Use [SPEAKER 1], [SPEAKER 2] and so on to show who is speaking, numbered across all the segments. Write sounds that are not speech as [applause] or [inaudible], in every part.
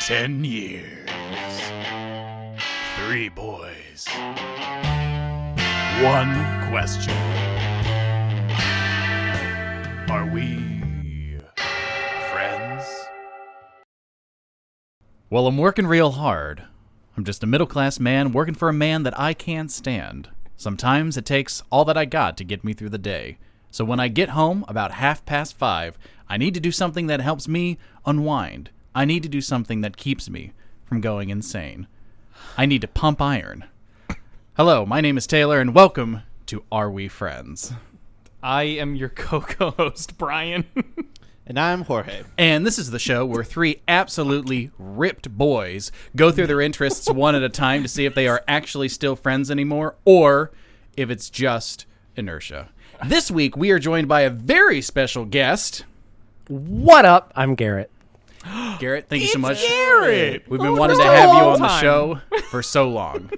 [SPEAKER 1] Ten years. Three boys. One question. Are we friends?
[SPEAKER 2] Well, I'm working real hard. I'm just a middle class man working for a man that I can't stand. Sometimes it takes all that I got to get me through the day. So when I get home about half past five, I need to do something that helps me unwind. I need to do something that keeps me from going insane. I need to pump iron. Hello, my name is Taylor, and welcome to Are We Friends?
[SPEAKER 3] I am your co-host, Brian. [laughs]
[SPEAKER 4] And I'm Jorge.
[SPEAKER 2] And this is the show where three absolutely ripped boys go through their interests one at a time to see if they are actually still friends anymore or if it's just inertia. This week, we are joined by a very special guest.
[SPEAKER 5] What up? I'm Garrett.
[SPEAKER 2] Garrett, thank you so much.
[SPEAKER 3] Garrett. Oh,
[SPEAKER 2] We've been wanting to
[SPEAKER 3] for a
[SPEAKER 2] have you
[SPEAKER 3] long
[SPEAKER 2] on the
[SPEAKER 3] time.
[SPEAKER 2] show for so long.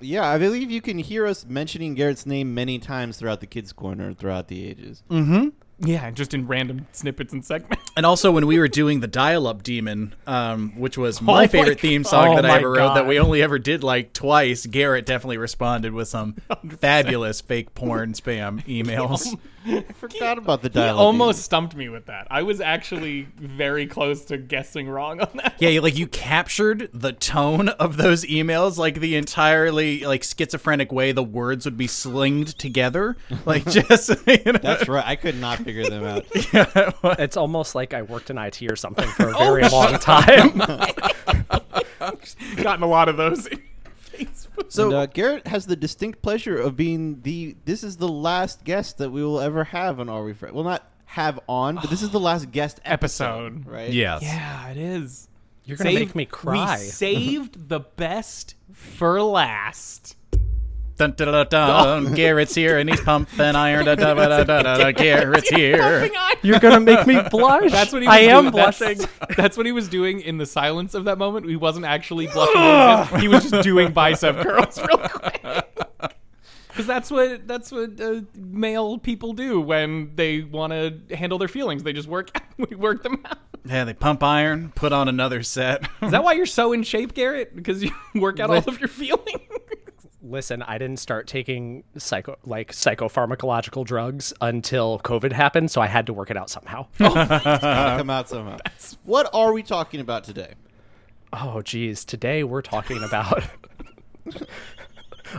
[SPEAKER 4] Yeah, I believe you can hear us mentioning Garrett's name many times throughout the kids' corner throughout the ages.
[SPEAKER 2] Mm.
[SPEAKER 3] Yeah, just in random snippets and segments.
[SPEAKER 2] And also, when we were doing the Dial Up Demon, um, which
[SPEAKER 3] [laughs]
[SPEAKER 2] was my
[SPEAKER 3] my
[SPEAKER 2] favorite
[SPEAKER 3] God.
[SPEAKER 2] theme song
[SPEAKER 3] Oh
[SPEAKER 2] that I
[SPEAKER 3] my
[SPEAKER 2] ever wrote, that
[SPEAKER 3] God.
[SPEAKER 2] we only ever did like twice, Garrett definitely responded with some
[SPEAKER 3] [laughs]
[SPEAKER 2] fabulous fake porn spam emails.
[SPEAKER 4] I forgot about the
[SPEAKER 3] He
[SPEAKER 4] dialogue.
[SPEAKER 3] [laughs] almost stumped me with that. I was actually very close to guessing wrong on that.
[SPEAKER 2] [laughs] Yeah, you- like you captured the tone of those emails, like the entirely like schizophrenic way the words would be slinged together, like [laughs] just you know,
[SPEAKER 4] That's right. I could not figure
[SPEAKER 2] [laughs]
[SPEAKER 4] them out.
[SPEAKER 5] [laughs] It's almost like I worked in IT or something [laughs] for a very long time.
[SPEAKER 3] Gotten a lot of [laughs] those. in Facebook.
[SPEAKER 2] so.
[SPEAKER 4] and, uh, Garrett has the distinct pleasure of being the. This is the last guest that we will ever have on Are We Friends? Well, not have on, but this is the last guest episode,
[SPEAKER 3] Episode.
[SPEAKER 4] right?
[SPEAKER 2] Yes.
[SPEAKER 3] Yeah, it is.
[SPEAKER 5] [laughs] You're gonna make me cry. [laughs]
[SPEAKER 3] We saved the best for last.
[SPEAKER 2] Dun, dun, dun, dun,
[SPEAKER 3] [laughs]
[SPEAKER 2] dun. Garrett's here and he's pumping iron. Dun, dun, dun, dun, dun, dun. Garrett's here.
[SPEAKER 5] You're gonna make [laughs] me blush.
[SPEAKER 3] That's what he was
[SPEAKER 5] I am
[SPEAKER 3] doing. That's-
[SPEAKER 5] blushing.
[SPEAKER 3] that's what he was doing in the silence of that moment. He wasn't [laughs] actually blushing. he was just- he was just doing bicep [laughs] curls real [laughs] quick. Because that's what that's what uh, male people do when they want to handle their feelings. They just work [laughs] we work them out.
[SPEAKER 2] Yeah, they pump iron, put on another set.
[SPEAKER 3] Is that why you're so in shape, Garrett? Because you [laughs] work out all of your feelings.
[SPEAKER 5] [laughs]
[SPEAKER 3] [laughs]
[SPEAKER 5] Listen, I didn't start taking psycho like psychopharmacological drugs until COVID happened, so I had to work it out [laughs] somehow.
[SPEAKER 4] Gotta come
[SPEAKER 2] [laughs]
[SPEAKER 4] out somehow. What are we talking about today?
[SPEAKER 5] oh geez, today we're talking about [laughs]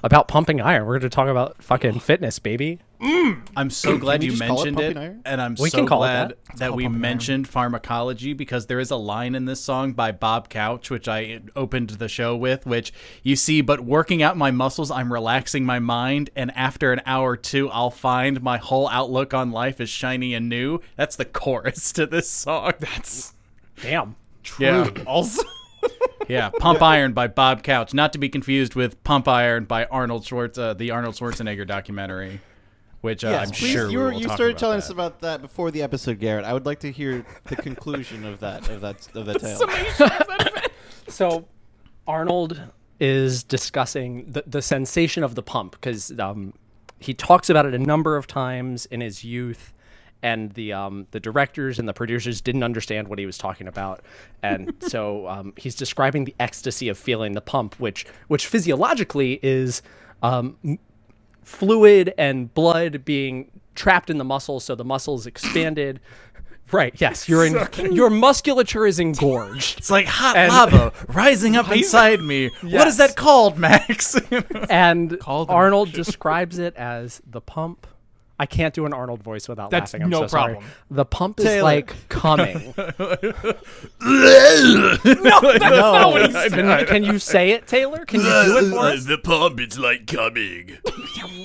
[SPEAKER 5] about pumping iron. We're gonna talk about fucking fitness, baby.
[SPEAKER 2] I'm so glad
[SPEAKER 4] we
[SPEAKER 2] you
[SPEAKER 4] just call it
[SPEAKER 2] mentioned it,
[SPEAKER 4] pumping iron?
[SPEAKER 2] and I'm
[SPEAKER 5] We
[SPEAKER 2] so
[SPEAKER 5] can call it
[SPEAKER 2] glad
[SPEAKER 5] that.
[SPEAKER 2] that, we mentioned pharmacology because there is a line in this song by Bob Couch, which I opened the show with, which you see, but working out my muscles, I'm relaxing my mind, and after an hour or two, I'll find my whole outlook on life is shiny and new. That's the chorus to this song. That's
[SPEAKER 5] Damn.
[SPEAKER 2] yeah,
[SPEAKER 3] Also,
[SPEAKER 2] yeah. Pump Iron by Bob Couch, not to be confused with Pump Iron by Arnold Schwartz, uh, the Arnold Schwarzenegger documentary. Which uh, I'm
[SPEAKER 4] please.
[SPEAKER 2] sure
[SPEAKER 4] you
[SPEAKER 2] we
[SPEAKER 4] were,
[SPEAKER 2] will
[SPEAKER 4] you
[SPEAKER 2] talk
[SPEAKER 4] started
[SPEAKER 2] about
[SPEAKER 4] telling
[SPEAKER 2] that.
[SPEAKER 4] us about that before the episode, Garrett. I would like to hear the conclusion of that of that of
[SPEAKER 2] [laughs]
[SPEAKER 4] that tale.
[SPEAKER 5] So Arnold is discussing the, the sensation of the pump because um, he talks about it a number of times in his youth, and the um, the directors and the producers didn't understand what he was talking about, and so um, he's describing the ecstasy of feeling the pump, which which physiologically is um, m- fluid and blood being trapped in the muscle, so the muscles expanded. Right. Yes, your in, your musculature is engorged.
[SPEAKER 2] It's like hot
[SPEAKER 5] And-
[SPEAKER 2] lava [laughs] rising up inside me. What is
[SPEAKER 5] Yes.
[SPEAKER 2] that called, Max? [laughs]
[SPEAKER 5] and
[SPEAKER 3] Called an [laughs]
[SPEAKER 5] Arnold describes it as the pump. I can't do an Arnold voice without
[SPEAKER 3] That's
[SPEAKER 5] laughing. I'm
[SPEAKER 3] no
[SPEAKER 5] so sorry.
[SPEAKER 3] problem.
[SPEAKER 5] The pump is like
[SPEAKER 3] [laughs]
[SPEAKER 5] coming.
[SPEAKER 3] that's not what he said.
[SPEAKER 5] can, can you say it, Taylor? Can you do it
[SPEAKER 3] [laughs]
[SPEAKER 5] for us?
[SPEAKER 1] the pump, it's like coming.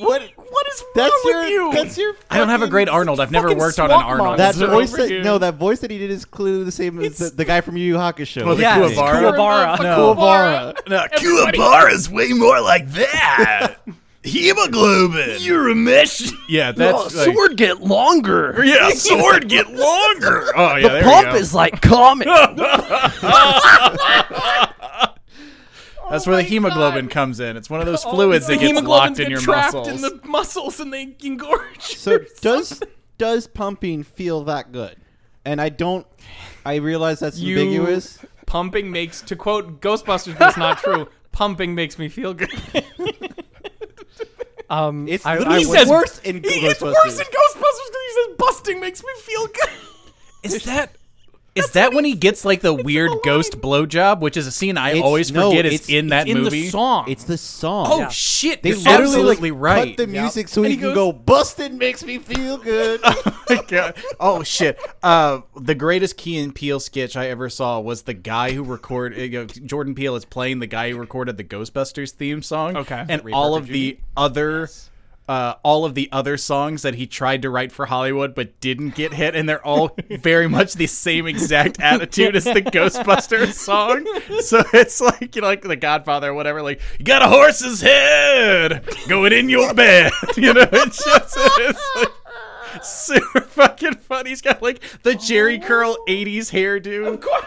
[SPEAKER 4] What what is that's
[SPEAKER 3] wrong
[SPEAKER 4] your,
[SPEAKER 3] with you?
[SPEAKER 4] That's your.
[SPEAKER 2] I don't have a
[SPEAKER 4] fucking-
[SPEAKER 2] great Arnold. I've never
[SPEAKER 5] fucking
[SPEAKER 2] worked on an
[SPEAKER 5] swamp
[SPEAKER 2] Arnold.
[SPEAKER 5] monk.
[SPEAKER 4] That
[SPEAKER 3] That's
[SPEAKER 4] voice
[SPEAKER 3] over
[SPEAKER 4] that
[SPEAKER 3] here.
[SPEAKER 4] no, that voice that he did is clearly the same as the, the guy from Yu Yu Hakusho.
[SPEAKER 2] Well, the
[SPEAKER 5] Yes,
[SPEAKER 2] Kuwabara?
[SPEAKER 5] Kuwabara.
[SPEAKER 2] No.
[SPEAKER 4] Kuwabara.
[SPEAKER 2] No,
[SPEAKER 5] [laughs]
[SPEAKER 1] Kuwabara's way more like
[SPEAKER 2] [laughs]
[SPEAKER 1] that. Hemoglobin. You're a mesh.
[SPEAKER 2] yeah, that's like,
[SPEAKER 5] Oh, get longer. [laughs]
[SPEAKER 1] Yeah, sword get longer.
[SPEAKER 2] Oh yeah, there we go. Oh,
[SPEAKER 5] like
[SPEAKER 2] [laughs]
[SPEAKER 5] coming.
[SPEAKER 2] that's where the
[SPEAKER 3] my
[SPEAKER 2] hemoglobin
[SPEAKER 3] God.
[SPEAKER 2] comes in. It's one of those
[SPEAKER 3] all
[SPEAKER 2] fluids
[SPEAKER 3] the
[SPEAKER 2] that gets
[SPEAKER 3] hemoglobins
[SPEAKER 2] locked
[SPEAKER 3] get
[SPEAKER 2] in your
[SPEAKER 3] trapped
[SPEAKER 2] muscles.
[SPEAKER 3] in the muscles, and they engorge.
[SPEAKER 4] So does does pumping feel that good? And I don't. I realize that's
[SPEAKER 3] You
[SPEAKER 4] ambiguous.
[SPEAKER 3] pumping makes to quote Ghostbusters, but it's [laughs] not true. Pumping makes me feel good.
[SPEAKER 5] Um,
[SPEAKER 4] It's
[SPEAKER 5] I- I
[SPEAKER 4] literally
[SPEAKER 5] would-
[SPEAKER 3] says-
[SPEAKER 4] worse in
[SPEAKER 3] it's
[SPEAKER 4] Ghostbusters.
[SPEAKER 3] worse in Ghostbusters because he says busting makes me feel good.
[SPEAKER 2] Is that is that when he gets like the weird ghost blowjob, which is a scene I
[SPEAKER 4] It's-
[SPEAKER 2] always
[SPEAKER 4] no,
[SPEAKER 2] forget
[SPEAKER 4] it's-
[SPEAKER 2] is in that
[SPEAKER 3] in
[SPEAKER 2] movie?
[SPEAKER 3] the song.
[SPEAKER 4] It's the song.
[SPEAKER 2] Oh shit!
[SPEAKER 4] They
[SPEAKER 2] You're
[SPEAKER 4] literally
[SPEAKER 2] absolutely
[SPEAKER 4] like,
[SPEAKER 2] right.
[SPEAKER 4] Cut the music so
[SPEAKER 3] And
[SPEAKER 4] he
[SPEAKER 3] he
[SPEAKER 4] can go.
[SPEAKER 3] goes-
[SPEAKER 4] Bustin' makes me feel good.
[SPEAKER 2] [laughs] God. oh shit! Uh, the greatest Key and Peele sketch I ever saw was the guy who recorded. You know, Jordan Peele is playing the guy who recorded the Ghostbusters theme song.
[SPEAKER 3] Okay.
[SPEAKER 2] and
[SPEAKER 3] Reaper
[SPEAKER 2] all of
[SPEAKER 3] Judy.
[SPEAKER 2] the other. Uh, all of the other songs that he tried to write for Hollywood but didn't get hit, and they're all very much the same exact attitude as the Ghostbusters song. So it's like you know, like the Godfather or whatever. Like you got a horse's head going in your bed. [laughs] You know, it's just it's like, super [laughs] fucking funny. He's got like the Jerry curl
[SPEAKER 3] Oh.
[SPEAKER 2] '80s hairdo. Of course.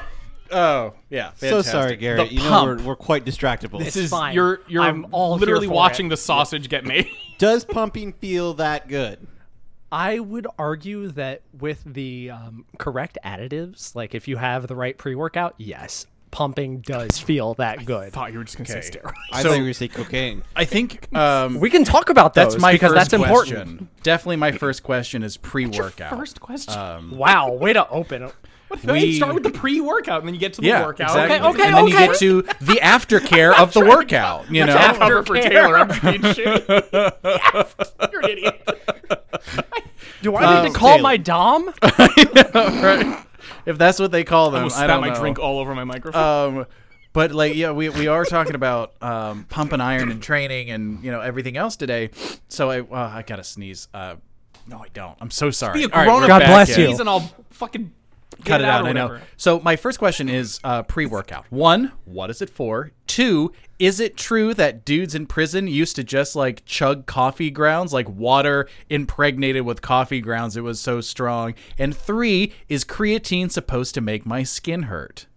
[SPEAKER 2] Oh yeah.
[SPEAKER 4] so
[SPEAKER 2] Fantastic.
[SPEAKER 4] sorry, Garrett.
[SPEAKER 2] The
[SPEAKER 4] You know
[SPEAKER 2] pump.
[SPEAKER 4] we're, we're quite distractible.
[SPEAKER 3] This is
[SPEAKER 5] fine.
[SPEAKER 3] you're you're
[SPEAKER 5] I'm all here
[SPEAKER 3] literally
[SPEAKER 5] for
[SPEAKER 3] watching
[SPEAKER 5] it.
[SPEAKER 3] the sausage get made.
[SPEAKER 4] Does pumping feel that good?
[SPEAKER 5] I would argue that with the um, correct additives, like if you have the right pre-workout, yes, pumping does feel that good.
[SPEAKER 3] Thought you were just gonna
[SPEAKER 2] Okay.
[SPEAKER 3] say steroids.
[SPEAKER 4] I
[SPEAKER 2] So-
[SPEAKER 4] thought you were gonna say cocaine.
[SPEAKER 2] I think um,
[SPEAKER 5] [laughs] We can talk about those
[SPEAKER 2] that's my
[SPEAKER 5] because
[SPEAKER 2] first
[SPEAKER 5] that's important.
[SPEAKER 2] question. Definitely, my first question is pre-workout.
[SPEAKER 3] First question.
[SPEAKER 5] Wow, way to open.
[SPEAKER 3] we
[SPEAKER 2] we-
[SPEAKER 3] start with the pre-workout and then you get to the
[SPEAKER 2] yeah,
[SPEAKER 3] workout.
[SPEAKER 2] exactly.
[SPEAKER 5] Okay, okay,
[SPEAKER 2] and then
[SPEAKER 5] okay.
[SPEAKER 2] you get to
[SPEAKER 3] [laughs]
[SPEAKER 2] the aftercare of the workout. You know,
[SPEAKER 3] Don't cover for
[SPEAKER 5] Aftercare.
[SPEAKER 3] Taylor. I'm being shitty. You're an idiot.
[SPEAKER 5] Do I need to call my [laughs] dom?
[SPEAKER 2] if that's what they call them,
[SPEAKER 3] Almost
[SPEAKER 2] I
[SPEAKER 3] spat
[SPEAKER 2] don't
[SPEAKER 3] my
[SPEAKER 2] know.
[SPEAKER 3] drink all over my microphone.
[SPEAKER 2] um, but like yeah we, we are talking about um, pump and iron and training and you know everything else today so i uh, i gotta sneeze uh, no i don't i'm so sorry
[SPEAKER 3] Be a
[SPEAKER 2] All right,
[SPEAKER 3] grown-up
[SPEAKER 2] we're
[SPEAKER 5] God
[SPEAKER 2] back
[SPEAKER 5] bless
[SPEAKER 2] in.
[SPEAKER 5] you.
[SPEAKER 3] He's an all fucking get
[SPEAKER 2] cut it out,
[SPEAKER 3] or
[SPEAKER 2] i know
[SPEAKER 3] whatever.
[SPEAKER 2] so my first question is uh, pre-workout one what is it for two is it true that dudes in prison used to just like chug coffee grounds like water impregnated with coffee grounds it was so strong and three is creatine supposed to make my skin hurt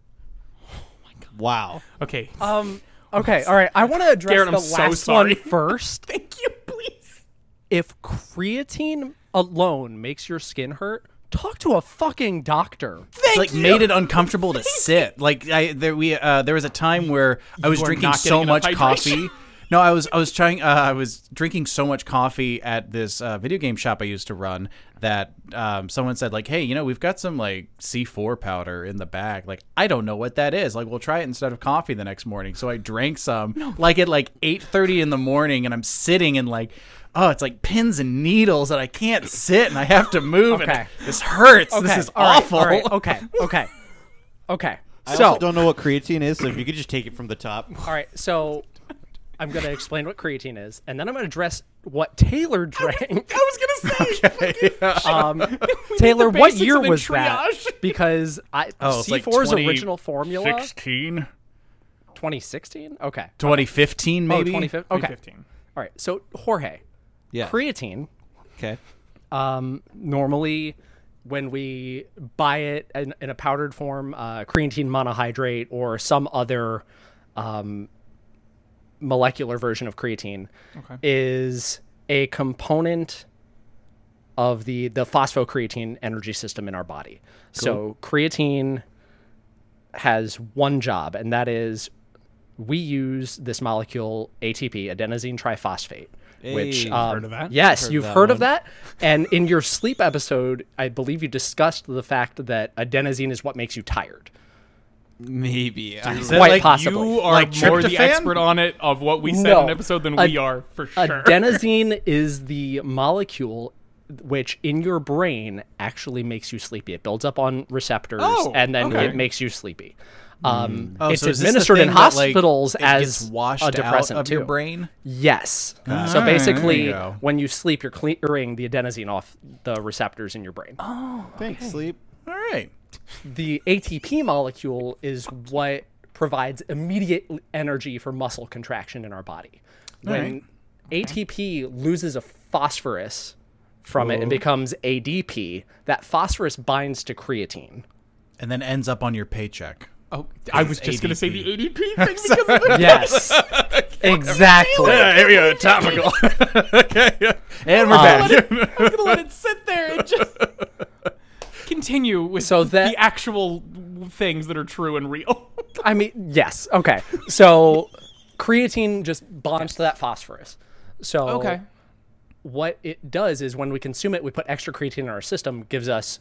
[SPEAKER 4] Wow.
[SPEAKER 3] Okay.
[SPEAKER 5] Um, okay, all right. I want to address
[SPEAKER 3] Garrett, I'm
[SPEAKER 5] the
[SPEAKER 3] so
[SPEAKER 5] last
[SPEAKER 3] sorry.
[SPEAKER 5] one first.
[SPEAKER 3] Thank you, please.
[SPEAKER 5] if creatine alone makes your skin hurt, talk to a fucking doctor.
[SPEAKER 2] It's like made it uncomfortable to sit. Like I there we uh, there was a time where I was
[SPEAKER 3] are
[SPEAKER 2] drinking
[SPEAKER 3] not
[SPEAKER 2] so
[SPEAKER 3] getting enough
[SPEAKER 2] much coffee.
[SPEAKER 3] hydration.
[SPEAKER 2] No, I was I was trying uh, I was drinking so much coffee at this uh, video game shop I used to run that um, someone said like, "Hey, you know, we've got some like C4 powder in the back. Like, I don't know what that is. Like, we'll try it instead of coffee the next morning." So I drank some like at like 8:30 in the morning and I'm sitting and like Oh, it's like pins and needles, and I can't sit, and I have to move,
[SPEAKER 5] Okay.
[SPEAKER 2] and this hurts.
[SPEAKER 5] Okay,
[SPEAKER 2] this is
[SPEAKER 5] all right,
[SPEAKER 2] awful.
[SPEAKER 5] all right, okay, okay, okay.
[SPEAKER 4] I
[SPEAKER 5] so,
[SPEAKER 4] also don't know what creatine is, so if you could just take it from
[SPEAKER 2] [laughs]
[SPEAKER 4] the top.
[SPEAKER 5] all right, so I'm gonna explain what creatine is, and then I'm gonna address what Taylor [laughs] drank.
[SPEAKER 3] I was gonna
[SPEAKER 2] [laughs]
[SPEAKER 3] say. [laughs]
[SPEAKER 5] Um, Taylor, what
[SPEAKER 3] basics
[SPEAKER 5] year
[SPEAKER 3] and then
[SPEAKER 5] was that?
[SPEAKER 3] triage. [laughs]
[SPEAKER 5] Because I
[SPEAKER 2] Oh, it's like
[SPEAKER 5] C4's
[SPEAKER 2] 20
[SPEAKER 5] original formula,
[SPEAKER 2] 16
[SPEAKER 5] 2016. Okay,
[SPEAKER 2] 2015
[SPEAKER 5] oh,
[SPEAKER 2] maybe
[SPEAKER 5] 2015. Okay,
[SPEAKER 3] 15.
[SPEAKER 5] all right. So Jorge,
[SPEAKER 4] Yeah.
[SPEAKER 5] creatine.
[SPEAKER 4] okay.
[SPEAKER 5] Um, normally, when we buy it in, in a powdered form, uh, creatine monohydrate or some other um, molecular version of creatine is a component of the the phosphocreatine energy system in our body. So creatine has one job, and that is we use this molecule ATP, adenosine triphosphate, which
[SPEAKER 4] Hey.
[SPEAKER 5] um,
[SPEAKER 3] Heard of that?
[SPEAKER 5] Yes,
[SPEAKER 4] Heard
[SPEAKER 5] you've
[SPEAKER 4] that
[SPEAKER 5] heard of
[SPEAKER 4] one.
[SPEAKER 5] that. And in your sleep episode, I believe you discussed the fact that adenosine is what makes you tired.
[SPEAKER 4] Maybe. I
[SPEAKER 2] Is that
[SPEAKER 5] Quite
[SPEAKER 2] like
[SPEAKER 5] possibly.
[SPEAKER 2] you
[SPEAKER 3] You
[SPEAKER 2] are
[SPEAKER 3] are
[SPEAKER 2] like
[SPEAKER 3] more the
[SPEAKER 2] tryptophan?
[SPEAKER 3] expert on it of what we said in an
[SPEAKER 5] No.
[SPEAKER 3] episode than
[SPEAKER 5] A-
[SPEAKER 3] we are for sure.
[SPEAKER 5] Adenosine is the molecule which in your brain actually makes you sleepy. It builds up on receptors
[SPEAKER 3] Oh,
[SPEAKER 5] and then
[SPEAKER 3] okay.
[SPEAKER 5] it makes you sleepy. Um,
[SPEAKER 2] Oh,
[SPEAKER 5] it's
[SPEAKER 2] so is this the
[SPEAKER 5] administered in
[SPEAKER 2] thing that, like,
[SPEAKER 5] hospitals
[SPEAKER 2] it
[SPEAKER 5] as
[SPEAKER 2] gets washed
[SPEAKER 5] a depressant
[SPEAKER 2] out of
[SPEAKER 5] too.
[SPEAKER 2] your brain
[SPEAKER 5] Yes.
[SPEAKER 2] All
[SPEAKER 5] So
[SPEAKER 2] right, there
[SPEAKER 5] basically,
[SPEAKER 2] you go.
[SPEAKER 5] when you sleep, you're clearing the adenosine off the receptors in your brain.
[SPEAKER 4] Thanks, sleep.
[SPEAKER 2] all right
[SPEAKER 5] the ATP molecule is what provides immediate l- energy for muscle contraction in our body. When ATP loses a phosphorus from
[SPEAKER 2] Oh.
[SPEAKER 5] it and becomes ADP, that phosphorus binds
[SPEAKER 2] [laughs]
[SPEAKER 5] to creatine.
[SPEAKER 2] and then ends up on your paycheck
[SPEAKER 3] Oh, I was just gonna say the [laughs] ADP thing because of the
[SPEAKER 5] Yes. [laughs] exactly.
[SPEAKER 2] here we go topical [laughs] okay and we're back
[SPEAKER 5] Um,
[SPEAKER 3] I'm gonna let it sit there and [laughs] just continue with
[SPEAKER 5] So that-
[SPEAKER 3] the actual things that are true and real.
[SPEAKER 5] I mean, yes. Okay. So creatine just bonds to that phosphorus. So
[SPEAKER 3] Okay.
[SPEAKER 5] what it does is when we consume it, we put extra creatine in our system, gives us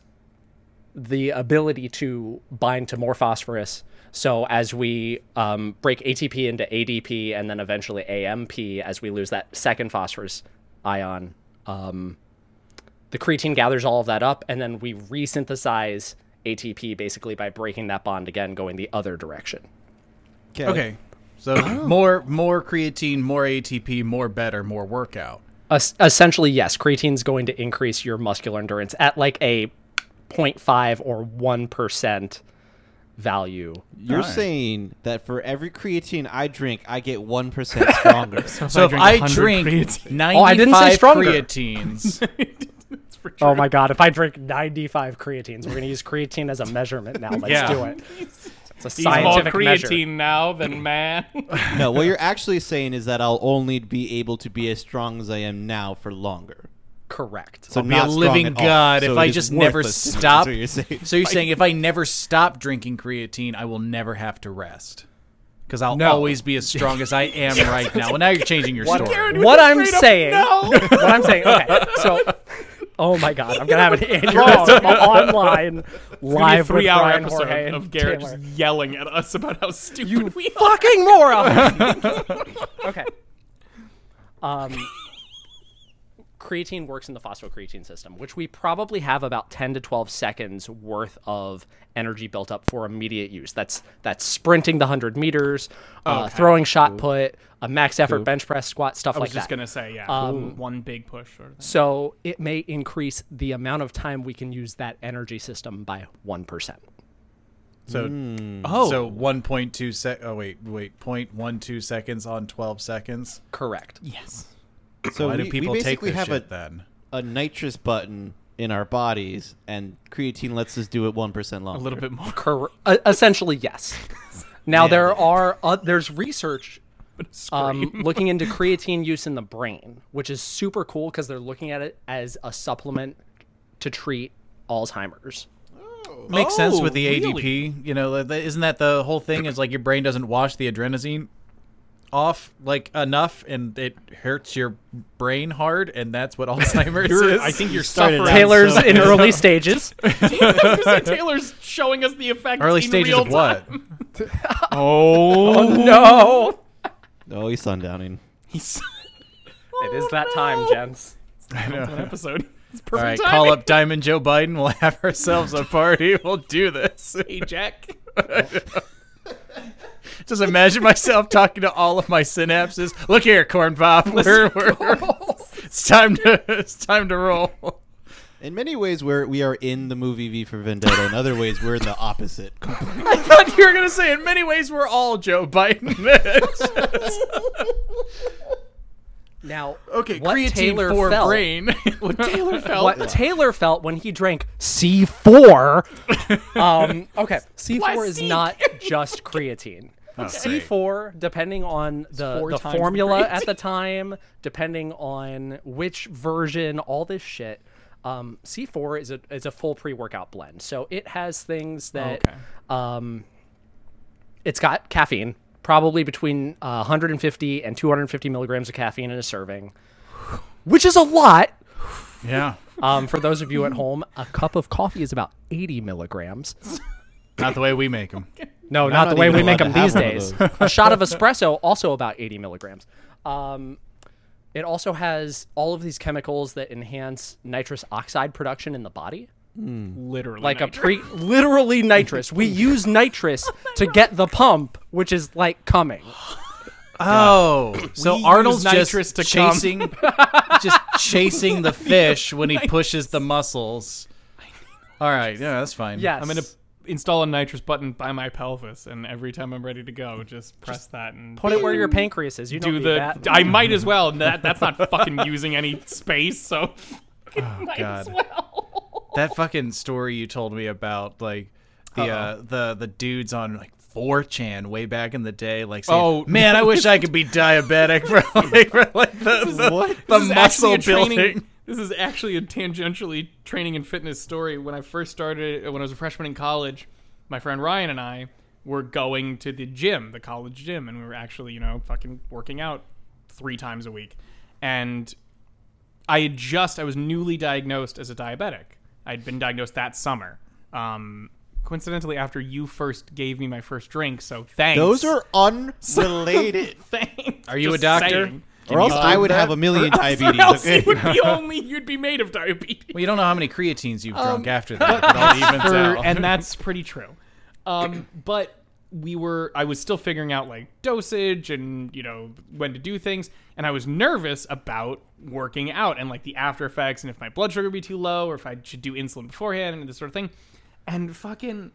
[SPEAKER 5] the ability to bind to more phosphorus. So as we um, break ATP into ADP and then eventually AMP, as we lose that second phosphorus ion, um, the creatine gathers all of that up, and then we resynthesize ATP basically by breaking that bond again, going the other direction.
[SPEAKER 2] Okay. So
[SPEAKER 5] Oh.
[SPEAKER 2] more more creatine, more ATP, more better, more workout.
[SPEAKER 5] Es- essentially, yes, creatine's going to increase your muscular endurance at like a 0.5 or 1% value.
[SPEAKER 4] You're
[SPEAKER 2] Alright.
[SPEAKER 4] saying that for every creatine I drink, I get 1% stronger.
[SPEAKER 2] [laughs] So if I drink,
[SPEAKER 5] [laughs] Oh, I didn't
[SPEAKER 2] 95
[SPEAKER 5] say stronger. [laughs]
[SPEAKER 2] creatines,
[SPEAKER 5] Oh my god, if I drink 95 creatines, we're going to use creatine as a measurement now. Let's
[SPEAKER 2] Yeah.
[SPEAKER 5] do it. It's a
[SPEAKER 3] He's more
[SPEAKER 5] scientific
[SPEAKER 3] creatine
[SPEAKER 5] measure.
[SPEAKER 3] now than man. [laughs]
[SPEAKER 4] no, what you're actually saying is that I'll only be able to be as strong as I am now for longer.
[SPEAKER 5] Correct.
[SPEAKER 4] So
[SPEAKER 2] I'll be a
[SPEAKER 4] not strong
[SPEAKER 2] living
[SPEAKER 4] at all.
[SPEAKER 2] god
[SPEAKER 4] So
[SPEAKER 2] if
[SPEAKER 4] it
[SPEAKER 2] I
[SPEAKER 4] is
[SPEAKER 2] just never
[SPEAKER 4] worthless, is what
[SPEAKER 2] stop. [laughs]
[SPEAKER 4] you're saying.
[SPEAKER 2] so you're saying if I never stop drinking creatine, I will never have to rest because I'll
[SPEAKER 3] No.
[SPEAKER 2] always be as strong as I
[SPEAKER 5] [laughs]
[SPEAKER 2] am right now. Well, now you're changing your story.
[SPEAKER 5] What I'm saying, [laughs] what I'm saying, okay, so, oh my god, I'm going to [laughs] have an aneurysm online
[SPEAKER 3] Be a
[SPEAKER 5] live with
[SPEAKER 3] three-hour
[SPEAKER 5] Brian
[SPEAKER 3] episode
[SPEAKER 5] Jorge and
[SPEAKER 3] of Garrett
[SPEAKER 5] Taylor.
[SPEAKER 3] just yelling at us about how stupid we are.
[SPEAKER 5] fucking [laughs] moron. okay. Um, creatine works in the phosphocreatine system, which we probably have about 10 to 12 seconds worth of energy built up for immediate use. That's that's sprinting the 100 meters, uh, throwing shot put, a max effort bench press squat, stuff
[SPEAKER 3] I was
[SPEAKER 5] like
[SPEAKER 3] just
[SPEAKER 5] that.
[SPEAKER 3] gonna say, yeah,
[SPEAKER 2] Uh,
[SPEAKER 3] um, one big push. Or
[SPEAKER 5] So it may increase the amount of time we can use that energy system by 1%.
[SPEAKER 2] So so 1.2 sec. Oh wait, wait, 0.12 seconds on 12 seconds.
[SPEAKER 5] Correct.
[SPEAKER 3] yes,
[SPEAKER 4] So
[SPEAKER 2] Why do
[SPEAKER 4] we, we
[SPEAKER 2] people take
[SPEAKER 4] basically
[SPEAKER 2] this
[SPEAKER 4] have
[SPEAKER 2] shit
[SPEAKER 4] a,
[SPEAKER 2] then?
[SPEAKER 4] a nitrous button in our bodies, and creatine lets us do it 1% longer.
[SPEAKER 3] a little bit more.
[SPEAKER 5] Cor- uh, essentially, [laughs] yes. Now there are uh, there's research um, [laughs] looking into creatine use in the brain, which is super cool because they're looking at it as a supplement to treat Alzheimer's.
[SPEAKER 2] Makes sense with
[SPEAKER 3] Oh,
[SPEAKER 2] the ADP.
[SPEAKER 3] really?
[SPEAKER 2] You know, th- isn't that the whole thing? Is like your brain doesn't wash the adrenaline off like enough, and it hurts your brain hard, and that's [laughs] what Alzheimer's is.
[SPEAKER 3] You're, I think you're
[SPEAKER 4] started
[SPEAKER 3] suffering.
[SPEAKER 4] out
[SPEAKER 5] Taylor's
[SPEAKER 4] so-
[SPEAKER 5] in early stages.
[SPEAKER 3] [laughs] Taylor's showing us the
[SPEAKER 2] [laughs]
[SPEAKER 3] effect.
[SPEAKER 2] early
[SPEAKER 3] in
[SPEAKER 2] stages
[SPEAKER 3] real
[SPEAKER 2] of what?
[SPEAKER 3] time.
[SPEAKER 5] Oh [laughs] no!
[SPEAKER 4] Oh, he's sundowning.
[SPEAKER 3] [laughs] He's
[SPEAKER 5] It is that time, gents.
[SPEAKER 3] an
[SPEAKER 2] [laughs]
[SPEAKER 3] episode. It's perfect
[SPEAKER 2] All right,
[SPEAKER 3] timing.
[SPEAKER 2] call up Diamond Joe Biden. We'll have ourselves a party. We'll do this.
[SPEAKER 3] Hey Jack.
[SPEAKER 2] [laughs] Just imagine myself talking to all of my synapses. Look here, corn pop. We're, we're, it's time to it's time to roll.
[SPEAKER 4] In many ways, we're, we are in the movie V for Vendetta. In other ways, we're in the opposite. [laughs]
[SPEAKER 2] I thought you were gonna say. In many ways, we're all Joe Biden.
[SPEAKER 5] Now,
[SPEAKER 2] okay,
[SPEAKER 5] what
[SPEAKER 2] creatine
[SPEAKER 5] Taylor
[SPEAKER 2] for
[SPEAKER 5] felt, [laughs]
[SPEAKER 2] brain. [laughs] what Taylor felt.
[SPEAKER 5] what Taylor felt when he drank
[SPEAKER 2] [laughs]
[SPEAKER 5] C four. um, okay, C four is not just creatine.
[SPEAKER 2] Oh,
[SPEAKER 5] C four, depending on the,
[SPEAKER 3] four
[SPEAKER 5] the
[SPEAKER 3] times the
[SPEAKER 5] formula at
[SPEAKER 3] [laughs]
[SPEAKER 5] the time, depending on which version, all this shit. Um, C four is a is a full pre workout blend, so it has things that
[SPEAKER 3] Okay.
[SPEAKER 5] um, it's got caffeine, probably between uh, 150 and 250 milligrams of caffeine in a serving, which is a lot.
[SPEAKER 2] Yeah,
[SPEAKER 5] Um, for those of you at home, a cup of coffee is about 80 milligrams.
[SPEAKER 2] not the way we make them.
[SPEAKER 5] No, not,
[SPEAKER 4] not
[SPEAKER 5] the way
[SPEAKER 4] even
[SPEAKER 5] we make them
[SPEAKER 4] allowed to
[SPEAKER 5] these
[SPEAKER 4] have one of
[SPEAKER 5] days. a shot of espresso, also about 80 milligrams. Um, it also has all of these chemicals that enhance nitrous oxide production in the body.
[SPEAKER 3] Literally,
[SPEAKER 5] Like a
[SPEAKER 3] nitrous.
[SPEAKER 5] pre, literally nitrous. We use
[SPEAKER 4] [laughs]
[SPEAKER 5] nitrous to get the pump, which is like coming.
[SPEAKER 2] [laughs] Oh, so
[SPEAKER 3] We
[SPEAKER 2] Arnold's
[SPEAKER 3] use
[SPEAKER 2] just
[SPEAKER 3] nitrous to come.
[SPEAKER 2] chasing, just chasing [laughs] the fish when he pushes the muscles. All right, yeah, that's fine.
[SPEAKER 5] Yes.
[SPEAKER 3] I'm gonna install a nitrous button by my pelvis, and every time I'm ready to go, just press that and
[SPEAKER 5] put it where your pancreas is. You don't
[SPEAKER 3] do
[SPEAKER 5] need
[SPEAKER 3] the.
[SPEAKER 5] that.
[SPEAKER 3] I might as well. That
[SPEAKER 2] [laughs]
[SPEAKER 3] that's not fucking using any space, so [laughs] might as
[SPEAKER 2] Oh, God.
[SPEAKER 3] well.
[SPEAKER 2] that fucking story you told me about like the uh, the the dudes on like 4chan way back in the day like saying,
[SPEAKER 3] Oh.
[SPEAKER 2] man I wish I could be diabetic
[SPEAKER 3] [laughs]
[SPEAKER 2] for like, for, like the, the, the
[SPEAKER 3] This is actually
[SPEAKER 2] muscle
[SPEAKER 3] a training-
[SPEAKER 2] building
[SPEAKER 3] This is actually a tangentially training and fitness story. When I first started, when I was a freshman in college, my friend Ryan and I were going to the gym, the college gym, and we were actually, you know, fucking working out three times a week. And I had just I was newly diagnosed as a diabetic. I'd been diagnosed that summer. Um, coincidentally, after you first gave me my first drink, so thanks.
[SPEAKER 4] Those are unrelated.
[SPEAKER 3] [laughs] thanks.
[SPEAKER 2] Are you
[SPEAKER 3] Just
[SPEAKER 2] a doctor?
[SPEAKER 3] saying.
[SPEAKER 4] [laughs] or else I would have a [laughs] million
[SPEAKER 3] Or else
[SPEAKER 4] diabetes. Okay.
[SPEAKER 3] it would be only you'd be made of diabetes.
[SPEAKER 2] Well, you don't know how many creatines you've drunk after that. It all evens
[SPEAKER 3] Um, For-
[SPEAKER 2] out.
[SPEAKER 3] and that's pretty true. Um, but we were, I was still figuring out like dosage and you know when to do things, and I was nervous about working out and like the after effects and if my blood sugar would be too low or if I should do insulin beforehand and this sort of thing. And fucking,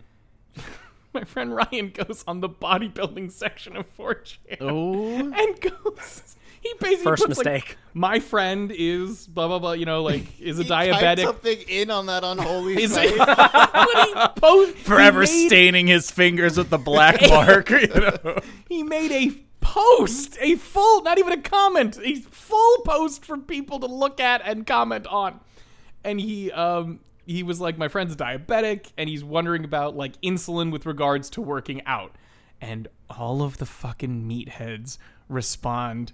[SPEAKER 3] [laughs] my friend Ryan goes on the bodybuilding section of 4chan
[SPEAKER 4] Oh.
[SPEAKER 3] [laughs] and goes. He basically
[SPEAKER 5] First
[SPEAKER 3] puts, like,
[SPEAKER 5] mistake.
[SPEAKER 3] my friend is blah blah blah. You know, like is a
[SPEAKER 4] He typed
[SPEAKER 3] [laughs] diabetic.
[SPEAKER 4] something in on that [laughs] unholy
[SPEAKER 3] Is
[SPEAKER 4] site.
[SPEAKER 3] [laughs] but he po-
[SPEAKER 2] [laughs] Forever
[SPEAKER 3] he made,
[SPEAKER 2] staining his fingers with the
[SPEAKER 3] [laughs]
[SPEAKER 2] black mark. You know?
[SPEAKER 3] he made a post, a full, not even a comment, a full post for people to look at and comment on. And he um he was like, my friend's diabetic, and he's wondering about like insulin with regards to working out. And all of the fucking meatheads respond.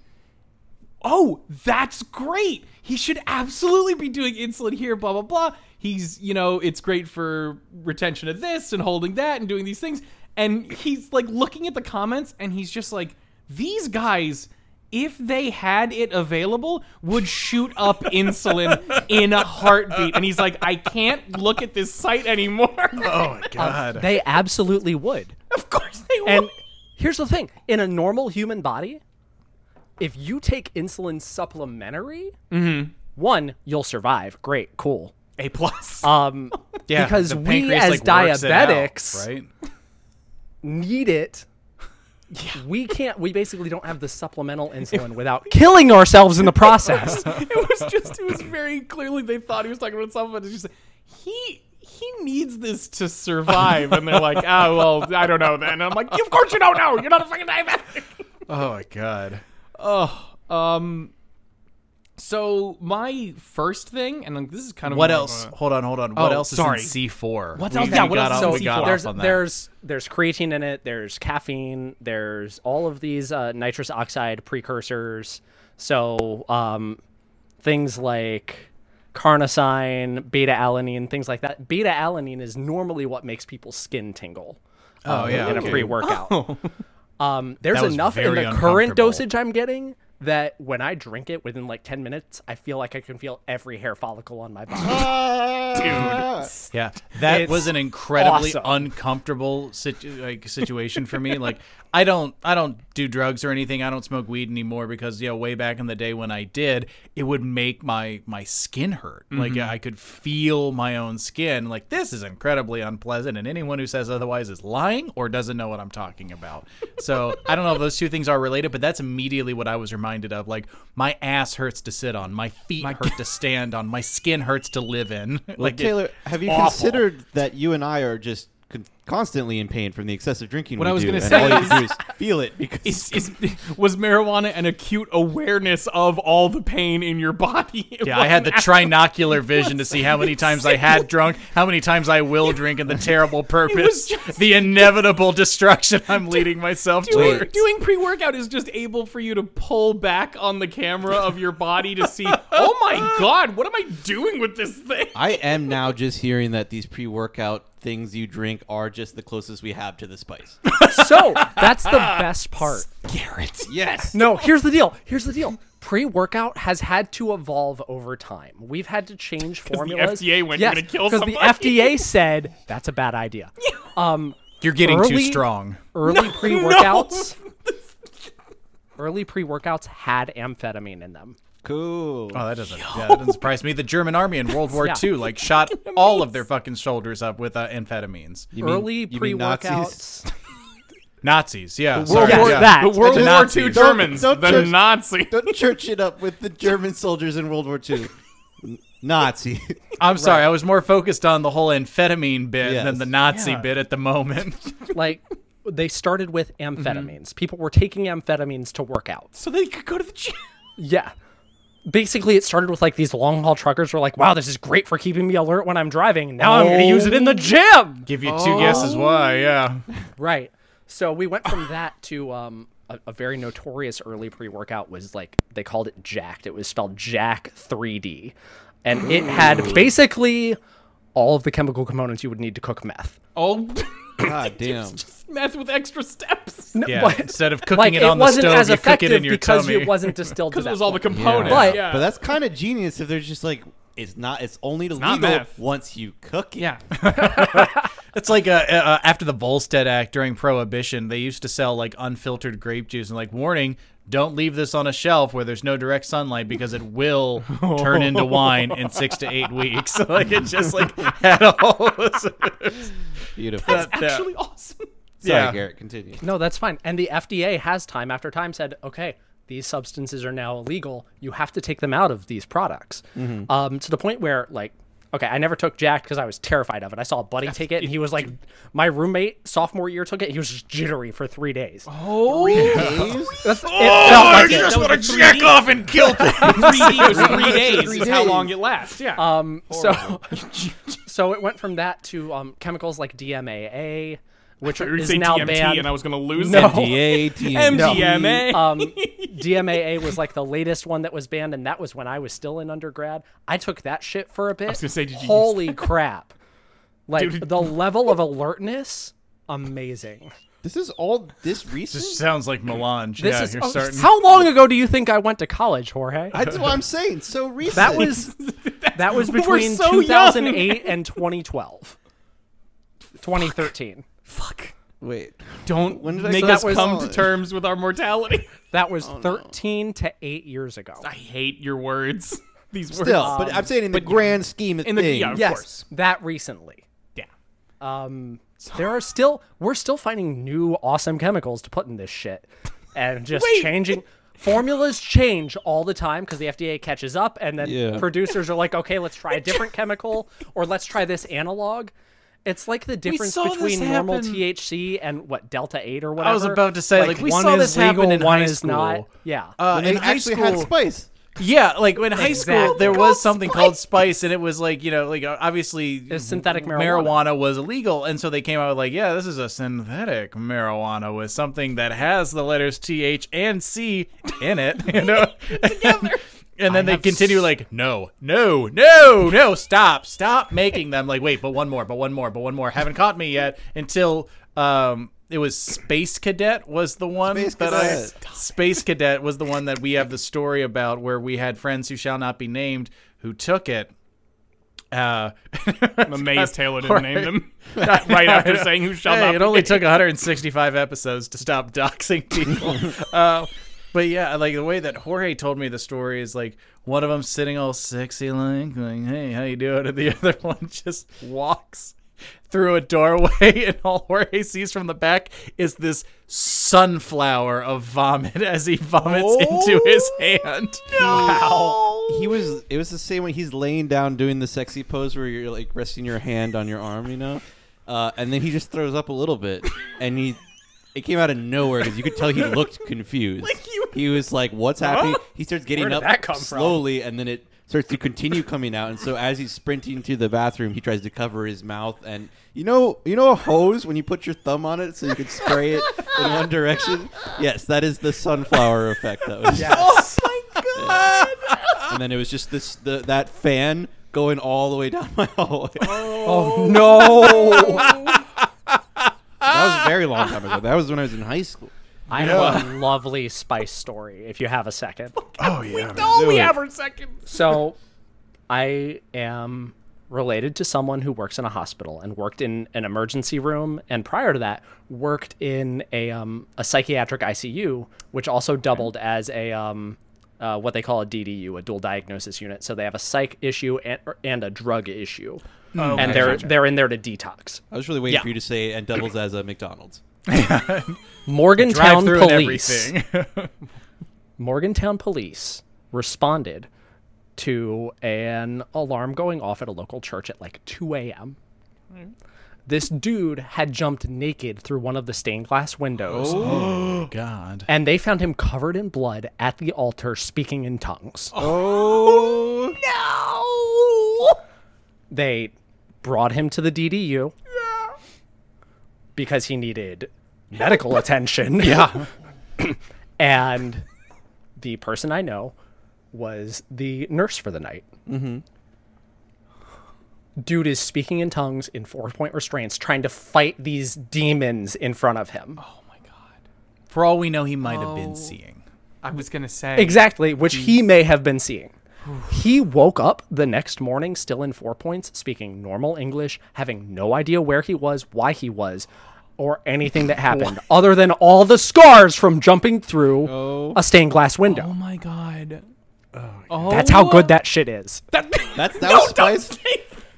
[SPEAKER 3] oh, that's great. He should absolutely be doing insulin here, blah, blah, blah. He's, you know, it's great for retention of this and holding that and doing these things. And he's like looking at the comments and he's just like, these guys, if they had it available, would shoot up insulin in a heartbeat. And he's like, I can't look at this site anymore.
[SPEAKER 2] oh my god.
[SPEAKER 5] Uh, They absolutely would.
[SPEAKER 3] [laughs] of course they would.
[SPEAKER 5] And here's the thing in a normal human body, if you take insulin supplementary,
[SPEAKER 2] Mm-hmm.
[SPEAKER 5] one, you'll survive. Great, cool.
[SPEAKER 3] a plus.
[SPEAKER 5] Um,
[SPEAKER 2] [laughs] yeah,
[SPEAKER 5] because
[SPEAKER 2] the
[SPEAKER 5] we
[SPEAKER 2] pancreas,
[SPEAKER 5] as
[SPEAKER 2] like, works it out,
[SPEAKER 5] diabetics-
[SPEAKER 2] right?
[SPEAKER 5] need it. We can't, we basically don't have
[SPEAKER 2] [laughs]
[SPEAKER 5] the supplemental insulin without killing ourselves in the process.
[SPEAKER 3] it was just it was very clearly they thought he was talking about something. It's just like, he he needs this to survive, and they're like, oh well, I don't know then. And I'm like, of course you don't know. You're not a fucking diabetic.
[SPEAKER 2] Oh my
[SPEAKER 3] [laughs]
[SPEAKER 2] god.
[SPEAKER 3] Oh, um. So my first thing, and like, this is kind of
[SPEAKER 2] What
[SPEAKER 3] more of
[SPEAKER 2] else?
[SPEAKER 3] a-
[SPEAKER 2] Hold on, hold on. What
[SPEAKER 3] Oh,
[SPEAKER 2] else
[SPEAKER 3] sorry.
[SPEAKER 2] is in C four?
[SPEAKER 3] What
[SPEAKER 2] we,
[SPEAKER 3] else-
[SPEAKER 2] We
[SPEAKER 3] yeah, what
[SPEAKER 2] got
[SPEAKER 3] else is
[SPEAKER 2] off,
[SPEAKER 3] in
[SPEAKER 2] we got
[SPEAKER 3] C4?
[SPEAKER 5] there's
[SPEAKER 2] off on that.
[SPEAKER 5] there's there's creatine in it. There's caffeine. There's all of these uh, nitrous oxide precursors. So um, things like carnosine, beta alanine, things like that. Beta alanine is normally what makes people's skin tingle.
[SPEAKER 2] Oh,
[SPEAKER 5] um,
[SPEAKER 2] yeah,
[SPEAKER 5] in
[SPEAKER 2] okay. Oh.
[SPEAKER 5] a pre-workout. [laughs] Um, there's
[SPEAKER 2] That was
[SPEAKER 5] enough in
[SPEAKER 2] very
[SPEAKER 5] the current
[SPEAKER 2] uncomfortable.
[SPEAKER 5] dosage I'm getting that when I drink it within like 10 minutes, I feel like I can feel every hair follicle on my
[SPEAKER 2] [laughs]
[SPEAKER 5] body.
[SPEAKER 4] Ah.
[SPEAKER 2] Yeah, that
[SPEAKER 5] It's
[SPEAKER 2] was an incredibly
[SPEAKER 5] awesome.
[SPEAKER 2] uncomfortable situ- like situation for me. Like, I don't, I don't do drugs or anything. I don't smoke weed anymore because you know, way back in the day when I did, it would make my my skin hurt. Like, I could feel my own skin. Like, this is incredibly unpleasant, and anyone who says otherwise is lying or doesn't know what I'm talking about. So, I don't know if those two things are related, but that's immediately what I was reminded of. Like, my ass hurts to sit on, my feet hurt to stand on, my skin hurts to live in.
[SPEAKER 4] Well,
[SPEAKER 2] it-
[SPEAKER 4] Taylor, have you
[SPEAKER 2] awful.
[SPEAKER 4] considered that you and I are just con- constantly in pain from the excessive drinking
[SPEAKER 3] What
[SPEAKER 4] we
[SPEAKER 3] I was
[SPEAKER 4] do,
[SPEAKER 3] gonna
[SPEAKER 4] and
[SPEAKER 3] say
[SPEAKER 4] all you
[SPEAKER 3] is-
[SPEAKER 4] do is [laughs] feel it because
[SPEAKER 3] Is, is, was marijuana an acute awareness of all the pain in your body? [laughs] It
[SPEAKER 2] Yeah, I had [laughs]
[SPEAKER 3] wasn't
[SPEAKER 2] the
[SPEAKER 3] actually-
[SPEAKER 2] trinocular vision to see how many times I had drunk, how many times I will drink, [laughs] and the terrible purpose,
[SPEAKER 3] just-
[SPEAKER 2] the inevitable destruction [laughs] I'm leading myself
[SPEAKER 3] Doing,
[SPEAKER 2] towards.
[SPEAKER 3] doing pre-workout is just able for you to pull back on the camera of your body to see, oh my god, what am I doing with this thing?
[SPEAKER 4] I am now just hearing that these pre-workout things you drink are just the closest we have to the spice.
[SPEAKER 5] so that's the best part.
[SPEAKER 3] Garrett.
[SPEAKER 4] yes.
[SPEAKER 5] No, here's the deal. Here's the deal. Pre-workout has had to evolve over time. We've had to change formulas.
[SPEAKER 3] FDA went, "You're
[SPEAKER 5] yes,
[SPEAKER 3] gonna kill
[SPEAKER 5] because the
[SPEAKER 3] somebody."
[SPEAKER 5] FDA said that's a bad idea. Um,
[SPEAKER 2] You're getting too
[SPEAKER 5] Early-
[SPEAKER 2] strong.
[SPEAKER 5] early pre-workouts. early pre-workouts had amphetamine in them.
[SPEAKER 4] Cool.
[SPEAKER 2] Oh, that doesn't, yeah, that doesn't surprise me. The German army in [laughs] World War
[SPEAKER 5] Yeah.
[SPEAKER 2] II like shot all of their fucking shoulders up with uh, amphetamines.
[SPEAKER 4] You mean-
[SPEAKER 5] early
[SPEAKER 4] you mean Nazis?
[SPEAKER 5] pre-workouts.
[SPEAKER 2] Nazis, yeah.
[SPEAKER 4] World
[SPEAKER 2] sorry,
[SPEAKER 5] War-
[SPEAKER 2] yeah.
[SPEAKER 5] that.
[SPEAKER 3] The World
[SPEAKER 2] The
[SPEAKER 3] War
[SPEAKER 2] Nazis.
[SPEAKER 3] II
[SPEAKER 2] Don't-
[SPEAKER 3] Germans.
[SPEAKER 4] don't
[SPEAKER 3] the
[SPEAKER 4] judge-
[SPEAKER 3] Nazi.
[SPEAKER 4] Don't church it up with the German soldiers in World War II. N- [laughs] Nazi.
[SPEAKER 2] I'm sorry, I was more focused on the whole amphetamine bit
[SPEAKER 4] Yes.
[SPEAKER 2] than the Nazi
[SPEAKER 3] Yeah.
[SPEAKER 2] bit at the moment.
[SPEAKER 5] like they started with amphetamines. People were taking amphetamines to workouts.
[SPEAKER 3] So they could go to the gym.
[SPEAKER 5] Yeah. Basically, it started with like these long haul truckers were like, wow, this is great for keeping me alert when I'm driving. Now I'm going to use it in the gym.
[SPEAKER 2] Oh. Give you two guesses why, yeah.
[SPEAKER 5] Right. So we went from that to um, a, a very notorious early pre-workout was like they called it Jacked. It was spelled Jack 3D, and it had basically all of the chemical components you would need to cook meth.
[SPEAKER 3] Oh, [laughs]
[SPEAKER 4] God damn.
[SPEAKER 3] just meth with extra steps.
[SPEAKER 5] No,
[SPEAKER 2] Yeah,
[SPEAKER 5] but-
[SPEAKER 2] instead of cooking
[SPEAKER 5] like,
[SPEAKER 2] it on the
[SPEAKER 5] wasn't
[SPEAKER 2] stove,
[SPEAKER 5] as
[SPEAKER 2] you cook it
[SPEAKER 5] effective
[SPEAKER 2] in your
[SPEAKER 5] because
[SPEAKER 2] tummy.
[SPEAKER 5] it wasn't
[SPEAKER 2] [laughs]
[SPEAKER 5] distilled.
[SPEAKER 3] Because
[SPEAKER 5] to
[SPEAKER 3] it
[SPEAKER 5] that
[SPEAKER 3] was all the
[SPEAKER 5] point.
[SPEAKER 3] components.
[SPEAKER 5] But-
[SPEAKER 3] yeah.
[SPEAKER 4] But that's kind of genius if they're just like, it's not. It's only illegal
[SPEAKER 3] not meth.
[SPEAKER 4] once you cook it.
[SPEAKER 3] yeah.
[SPEAKER 2] It's like uh, uh, after the Volstead Act during Prohibition, they used to sell like unfiltered grape juice and like warning, don't leave this on a shelf where there's no direct sunlight because it will turn into wine [laughs] in six to eight weeks. [laughs] like it just like had [laughs] all this.
[SPEAKER 4] Beautiful. Sorry,
[SPEAKER 3] [laughs] Actually, awesome.
[SPEAKER 2] yeah.
[SPEAKER 4] Garrett. Continue.
[SPEAKER 5] No, that's fine. And the FDA has time after time said, okay, these substances are now illegal. You have to take them out of these products.
[SPEAKER 3] Mm-hmm.
[SPEAKER 5] Um, to the point where, like, okay, I never took Jack because I was terrified of it. I saw a buddy take it, and he was like, my roommate sophomore year took it. And he was just jittery for three days.
[SPEAKER 3] Oh,
[SPEAKER 5] That's, it felt
[SPEAKER 1] I
[SPEAKER 5] like it.
[SPEAKER 1] just
[SPEAKER 3] was
[SPEAKER 1] want
[SPEAKER 3] a
[SPEAKER 1] to jack
[SPEAKER 3] 3D.
[SPEAKER 1] off and
[SPEAKER 5] [laughs]
[SPEAKER 1] kill things.
[SPEAKER 3] Three years, three days
[SPEAKER 4] Three
[SPEAKER 3] is how
[SPEAKER 4] days.
[SPEAKER 3] long it lasts. Yeah.
[SPEAKER 5] Um, [laughs] so, [laughs] so it went from that to um, chemicals like DMAA, which
[SPEAKER 3] [laughs] You
[SPEAKER 5] is
[SPEAKER 3] say
[SPEAKER 5] now
[SPEAKER 3] DMT,
[SPEAKER 5] banned.
[SPEAKER 3] and I was gonna lose
[SPEAKER 5] No.
[SPEAKER 3] it. Uh, MDMA.
[SPEAKER 5] um,
[SPEAKER 3] [laughs]
[SPEAKER 5] DMAA was like the latest one that was banned, and that was when I was still in undergrad. I took that shit for a bit. I
[SPEAKER 3] was gonna say, did you use
[SPEAKER 5] holy
[SPEAKER 3] [laughs]
[SPEAKER 5] crap! Like
[SPEAKER 3] Dude.
[SPEAKER 5] the level of alertness, amazing.
[SPEAKER 4] This is all this recent.
[SPEAKER 3] [laughs]
[SPEAKER 2] Just sounds like melange.
[SPEAKER 5] This
[SPEAKER 2] yeah,
[SPEAKER 5] is
[SPEAKER 2] you're
[SPEAKER 5] oh,
[SPEAKER 2] starting.
[SPEAKER 5] how long ago do you think I went to college, Jorge?
[SPEAKER 4] That's what I'm saying. So recent.
[SPEAKER 3] [laughs]
[SPEAKER 5] that was that was between
[SPEAKER 3] so young,
[SPEAKER 5] 2008 and 2012, 2013.
[SPEAKER 3] Fuck.
[SPEAKER 4] Wait.
[SPEAKER 3] Don't
[SPEAKER 4] When did I
[SPEAKER 3] make
[SPEAKER 4] start
[SPEAKER 3] us
[SPEAKER 5] with
[SPEAKER 3] come to
[SPEAKER 4] college?
[SPEAKER 3] terms with our mortality.
[SPEAKER 5] That
[SPEAKER 3] Oh,
[SPEAKER 5] was 13 to eight years ago.
[SPEAKER 3] I hate your words. [laughs] These words.
[SPEAKER 4] Still, but I'm saying in the grand scheme of
[SPEAKER 3] in the- E
[SPEAKER 4] things.
[SPEAKER 3] yeah.
[SPEAKER 5] yes,
[SPEAKER 3] course.
[SPEAKER 5] that recently.
[SPEAKER 3] Yeah.
[SPEAKER 5] Um, there are still we're still finding new awesome chemicals to put in this shit,
[SPEAKER 2] [laughs]
[SPEAKER 5] and just changing formulas change all the time because the FDA catches up, and then
[SPEAKER 4] Yeah.
[SPEAKER 5] producers are like, okay, let's try a different chemical or let's try this analog. It's like the difference
[SPEAKER 2] saw this
[SPEAKER 5] between normal
[SPEAKER 2] happen-
[SPEAKER 5] THC and what delta eight or whatever.
[SPEAKER 2] I was about to say, like, we saw this happen in
[SPEAKER 5] one
[SPEAKER 2] high
[SPEAKER 5] is
[SPEAKER 2] school.
[SPEAKER 5] not. Yeah,
[SPEAKER 2] Uh,
[SPEAKER 4] When they
[SPEAKER 2] in high
[SPEAKER 4] actually
[SPEAKER 2] school,
[SPEAKER 4] had spice.
[SPEAKER 2] Yeah, like in high school,
[SPEAKER 5] Exactly.
[SPEAKER 2] there
[SPEAKER 5] Called
[SPEAKER 2] was something called spice, and it was like you know, like uh, obviously
[SPEAKER 5] It's synthetic
[SPEAKER 2] w-
[SPEAKER 5] marijuana.
[SPEAKER 2] was illegal, and so they came out with like, yeah, this is a synthetic marijuana with something that has the letters T H and C in it, [laughs] you know. Together. [laughs] And then they continue like, no, no, no, no, stop, stop making them. Like, wait, but one more, but one more, but one more. Haven't caught me yet until um, it was Space Cadet was the one
[SPEAKER 4] Space
[SPEAKER 2] that
[SPEAKER 4] Cadet.
[SPEAKER 2] I Space Cadet was the one that we have the story about where we had friends who shall not be named who took it. Uh, [laughs]
[SPEAKER 3] I'm amazed Taylor didn't name
[SPEAKER 2] Right.
[SPEAKER 3] them [laughs] right after saying who shall
[SPEAKER 2] hey,
[SPEAKER 3] not.
[SPEAKER 2] it
[SPEAKER 3] be
[SPEAKER 2] only
[SPEAKER 3] named.
[SPEAKER 2] took 165 episodes to stop [laughs] doxing
[SPEAKER 3] [laughs]
[SPEAKER 2] people. uh, but yeah, like the way that Jorge told me the story is like one of them sitting all sexy like, like hey, how you doing? And the [laughs] other one just walks through a doorway [laughs] and all Jorge sees from the back is this sunflower of vomit as he vomits
[SPEAKER 3] Oh,
[SPEAKER 2] into his hand.
[SPEAKER 4] He was. It was the same way he's laying down doing the sexy pose where you're like resting your hand on your arm, you know, uh, and then he just throws up a little bit, and he. It came out of nowhere because you
[SPEAKER 5] [laughs]
[SPEAKER 4] could tell he looked confused. he was like, "What's happening?" He starts getting
[SPEAKER 5] did
[SPEAKER 4] up
[SPEAKER 5] that come from?
[SPEAKER 4] slowly, and then it starts to continue coming out. And so, as he's sprinting to the bathroom, he tries to cover his mouth. And you know, you know, a hose when you put your thumb on it so you can spray it in one direction. Yes, that is the sunflower effect. That was [laughs]
[SPEAKER 5] Oh
[SPEAKER 4] and then it was just this the, that fan going all the way down my [laughs] hallway.
[SPEAKER 5] Oh, no,
[SPEAKER 4] That was a very long time ago. That was when I was in high school.
[SPEAKER 5] I have a lovely spice story. If you have a second.
[SPEAKER 2] Oh, yeah.
[SPEAKER 3] Oh, we
[SPEAKER 4] Do it.
[SPEAKER 3] have our second.
[SPEAKER 5] So, I am related to someone who works in a hospital and worked in an emergency room, and prior to that, worked in a um, a psychiatric ICU, which also doubled as a um, uh, what they call a DDU, a dual diagnosis unit. So they have a psych issue and, or- and a drug issue, and they're they're in there to detox.
[SPEAKER 4] I was really waiting
[SPEAKER 2] Yeah.
[SPEAKER 4] for you to say and doubles as a McDonald's.
[SPEAKER 5] Morgantown
[SPEAKER 2] Drive through and
[SPEAKER 5] police.
[SPEAKER 2] everything. [laughs]
[SPEAKER 5] Morgantown police responded to an alarm going off at a local church at like 2 a.m.
[SPEAKER 2] Mm.
[SPEAKER 5] This dude had jumped naked through one of the stained
[SPEAKER 2] [gasps]
[SPEAKER 5] glass windows,
[SPEAKER 2] oh, God.
[SPEAKER 5] and they found him covered in blood at the altar speaking in tongues.
[SPEAKER 4] Oh,
[SPEAKER 2] Oh.
[SPEAKER 5] They brought him to the DDU because he needed medical attention. Yeah. [laughs] and the person I know was the nurse for the night. Mm-hmm. Dude is speaking in tongues in four point restraints, trying to fight these demons in front of him.
[SPEAKER 3] Oh my god.
[SPEAKER 2] For all we know, he might have
[SPEAKER 3] Oh.
[SPEAKER 2] been seeing.
[SPEAKER 3] I was gonna say
[SPEAKER 5] Exactly, which he may have been seeing. He woke up the next morning still in four points, speaking normal English, having no idea where he was, why he was, or anything that happened, other than all the scars from jumping through a stained glass
[SPEAKER 3] Oh
[SPEAKER 5] window.
[SPEAKER 3] my god.
[SPEAKER 5] That's how good that shit is.
[SPEAKER 4] That's that was spice.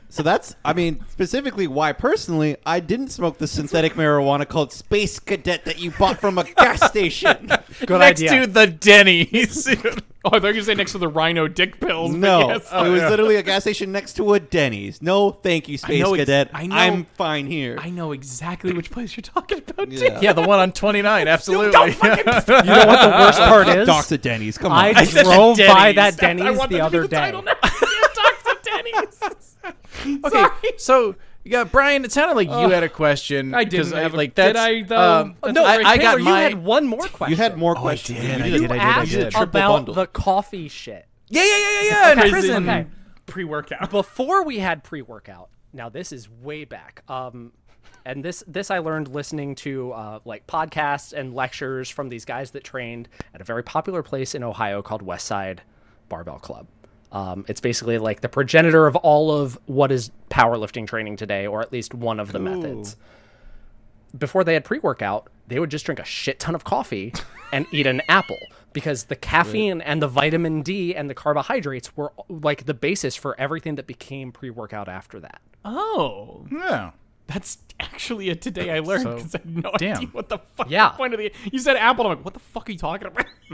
[SPEAKER 4] So that's I mean specifically why personally I didn't smoke the synthetic marijuana called Space Cadet that you bought from a gas station. [laughs]
[SPEAKER 5] Good
[SPEAKER 2] Next
[SPEAKER 5] idea.
[SPEAKER 2] to the Denny's.
[SPEAKER 3] [laughs] Oh, I thought you were gonna say next to the rhino dick pills. but
[SPEAKER 4] No,
[SPEAKER 3] yes.
[SPEAKER 4] it was literally a gas station next to a Denny's. No, thank you, Space
[SPEAKER 3] know ex-
[SPEAKER 4] Cadet.
[SPEAKER 3] I know-
[SPEAKER 4] I'm fine here.
[SPEAKER 3] I know exactly which place you're talking about.
[SPEAKER 4] Yeah.
[SPEAKER 3] dude.
[SPEAKER 2] yeah, the one on 29, absolutely. [laughs]
[SPEAKER 5] You know what the worst
[SPEAKER 3] uh, [laughs]
[SPEAKER 5] part is?
[SPEAKER 4] Docs at Denny's. Come on.
[SPEAKER 5] I
[SPEAKER 2] said the
[SPEAKER 5] drove by
[SPEAKER 2] Denny's.
[SPEAKER 5] that
[SPEAKER 2] I
[SPEAKER 5] Denny's
[SPEAKER 3] want
[SPEAKER 5] the
[SPEAKER 3] that to be
[SPEAKER 5] other
[SPEAKER 3] the
[SPEAKER 5] day.
[SPEAKER 3] title now.
[SPEAKER 2] okay, [laughs] so yeah, Brian, it sounded like you had a question.
[SPEAKER 3] I didn't
[SPEAKER 2] 'cause
[SPEAKER 3] have a-
[SPEAKER 2] like
[SPEAKER 3] did
[SPEAKER 2] that's,
[SPEAKER 3] I, though?
[SPEAKER 2] um,
[SPEAKER 3] Oh,
[SPEAKER 5] No,
[SPEAKER 2] I, I
[SPEAKER 5] Taylor,
[SPEAKER 2] got
[SPEAKER 5] you
[SPEAKER 2] my.
[SPEAKER 5] had one more question.
[SPEAKER 4] you had more
[SPEAKER 2] I
[SPEAKER 4] questions.
[SPEAKER 2] did,
[SPEAKER 4] than
[SPEAKER 2] I
[SPEAKER 4] you
[SPEAKER 2] did, I did, I
[SPEAKER 5] asked
[SPEAKER 2] did.
[SPEAKER 4] Triple
[SPEAKER 5] about
[SPEAKER 4] bundle.
[SPEAKER 5] the coffee shit.
[SPEAKER 2] Yeah, yeah, yeah, yeah, yeah. In prison.
[SPEAKER 5] Okay.
[SPEAKER 3] pre-workout.
[SPEAKER 5] before we had pre-workout now this is way back um and this this i learned listening to uh, like podcasts and lectures from these guys that trained at a very popular place in ohio called westside barbell club um, it's basically like the progenitor of all of what is powerlifting training today or at least one of the methods before they had pre-workout they would just drink a shit ton of coffee and eat an [laughs] apple because the caffeine and the vitamin d and the carbohydrates were like the basis for everything that became pre-workout after that [laughs]
[SPEAKER 3] Oh,
[SPEAKER 2] Yeah.
[SPEAKER 3] that's actually a today I learned
[SPEAKER 2] So,
[SPEAKER 3] because I had no
[SPEAKER 2] damn.
[SPEAKER 3] idea what the fuck
[SPEAKER 5] Yeah.
[SPEAKER 3] the point of the. You said Apple. I'm like, what the fuck are you
[SPEAKER 2] [laughs]
[SPEAKER 3] talking about? [laughs]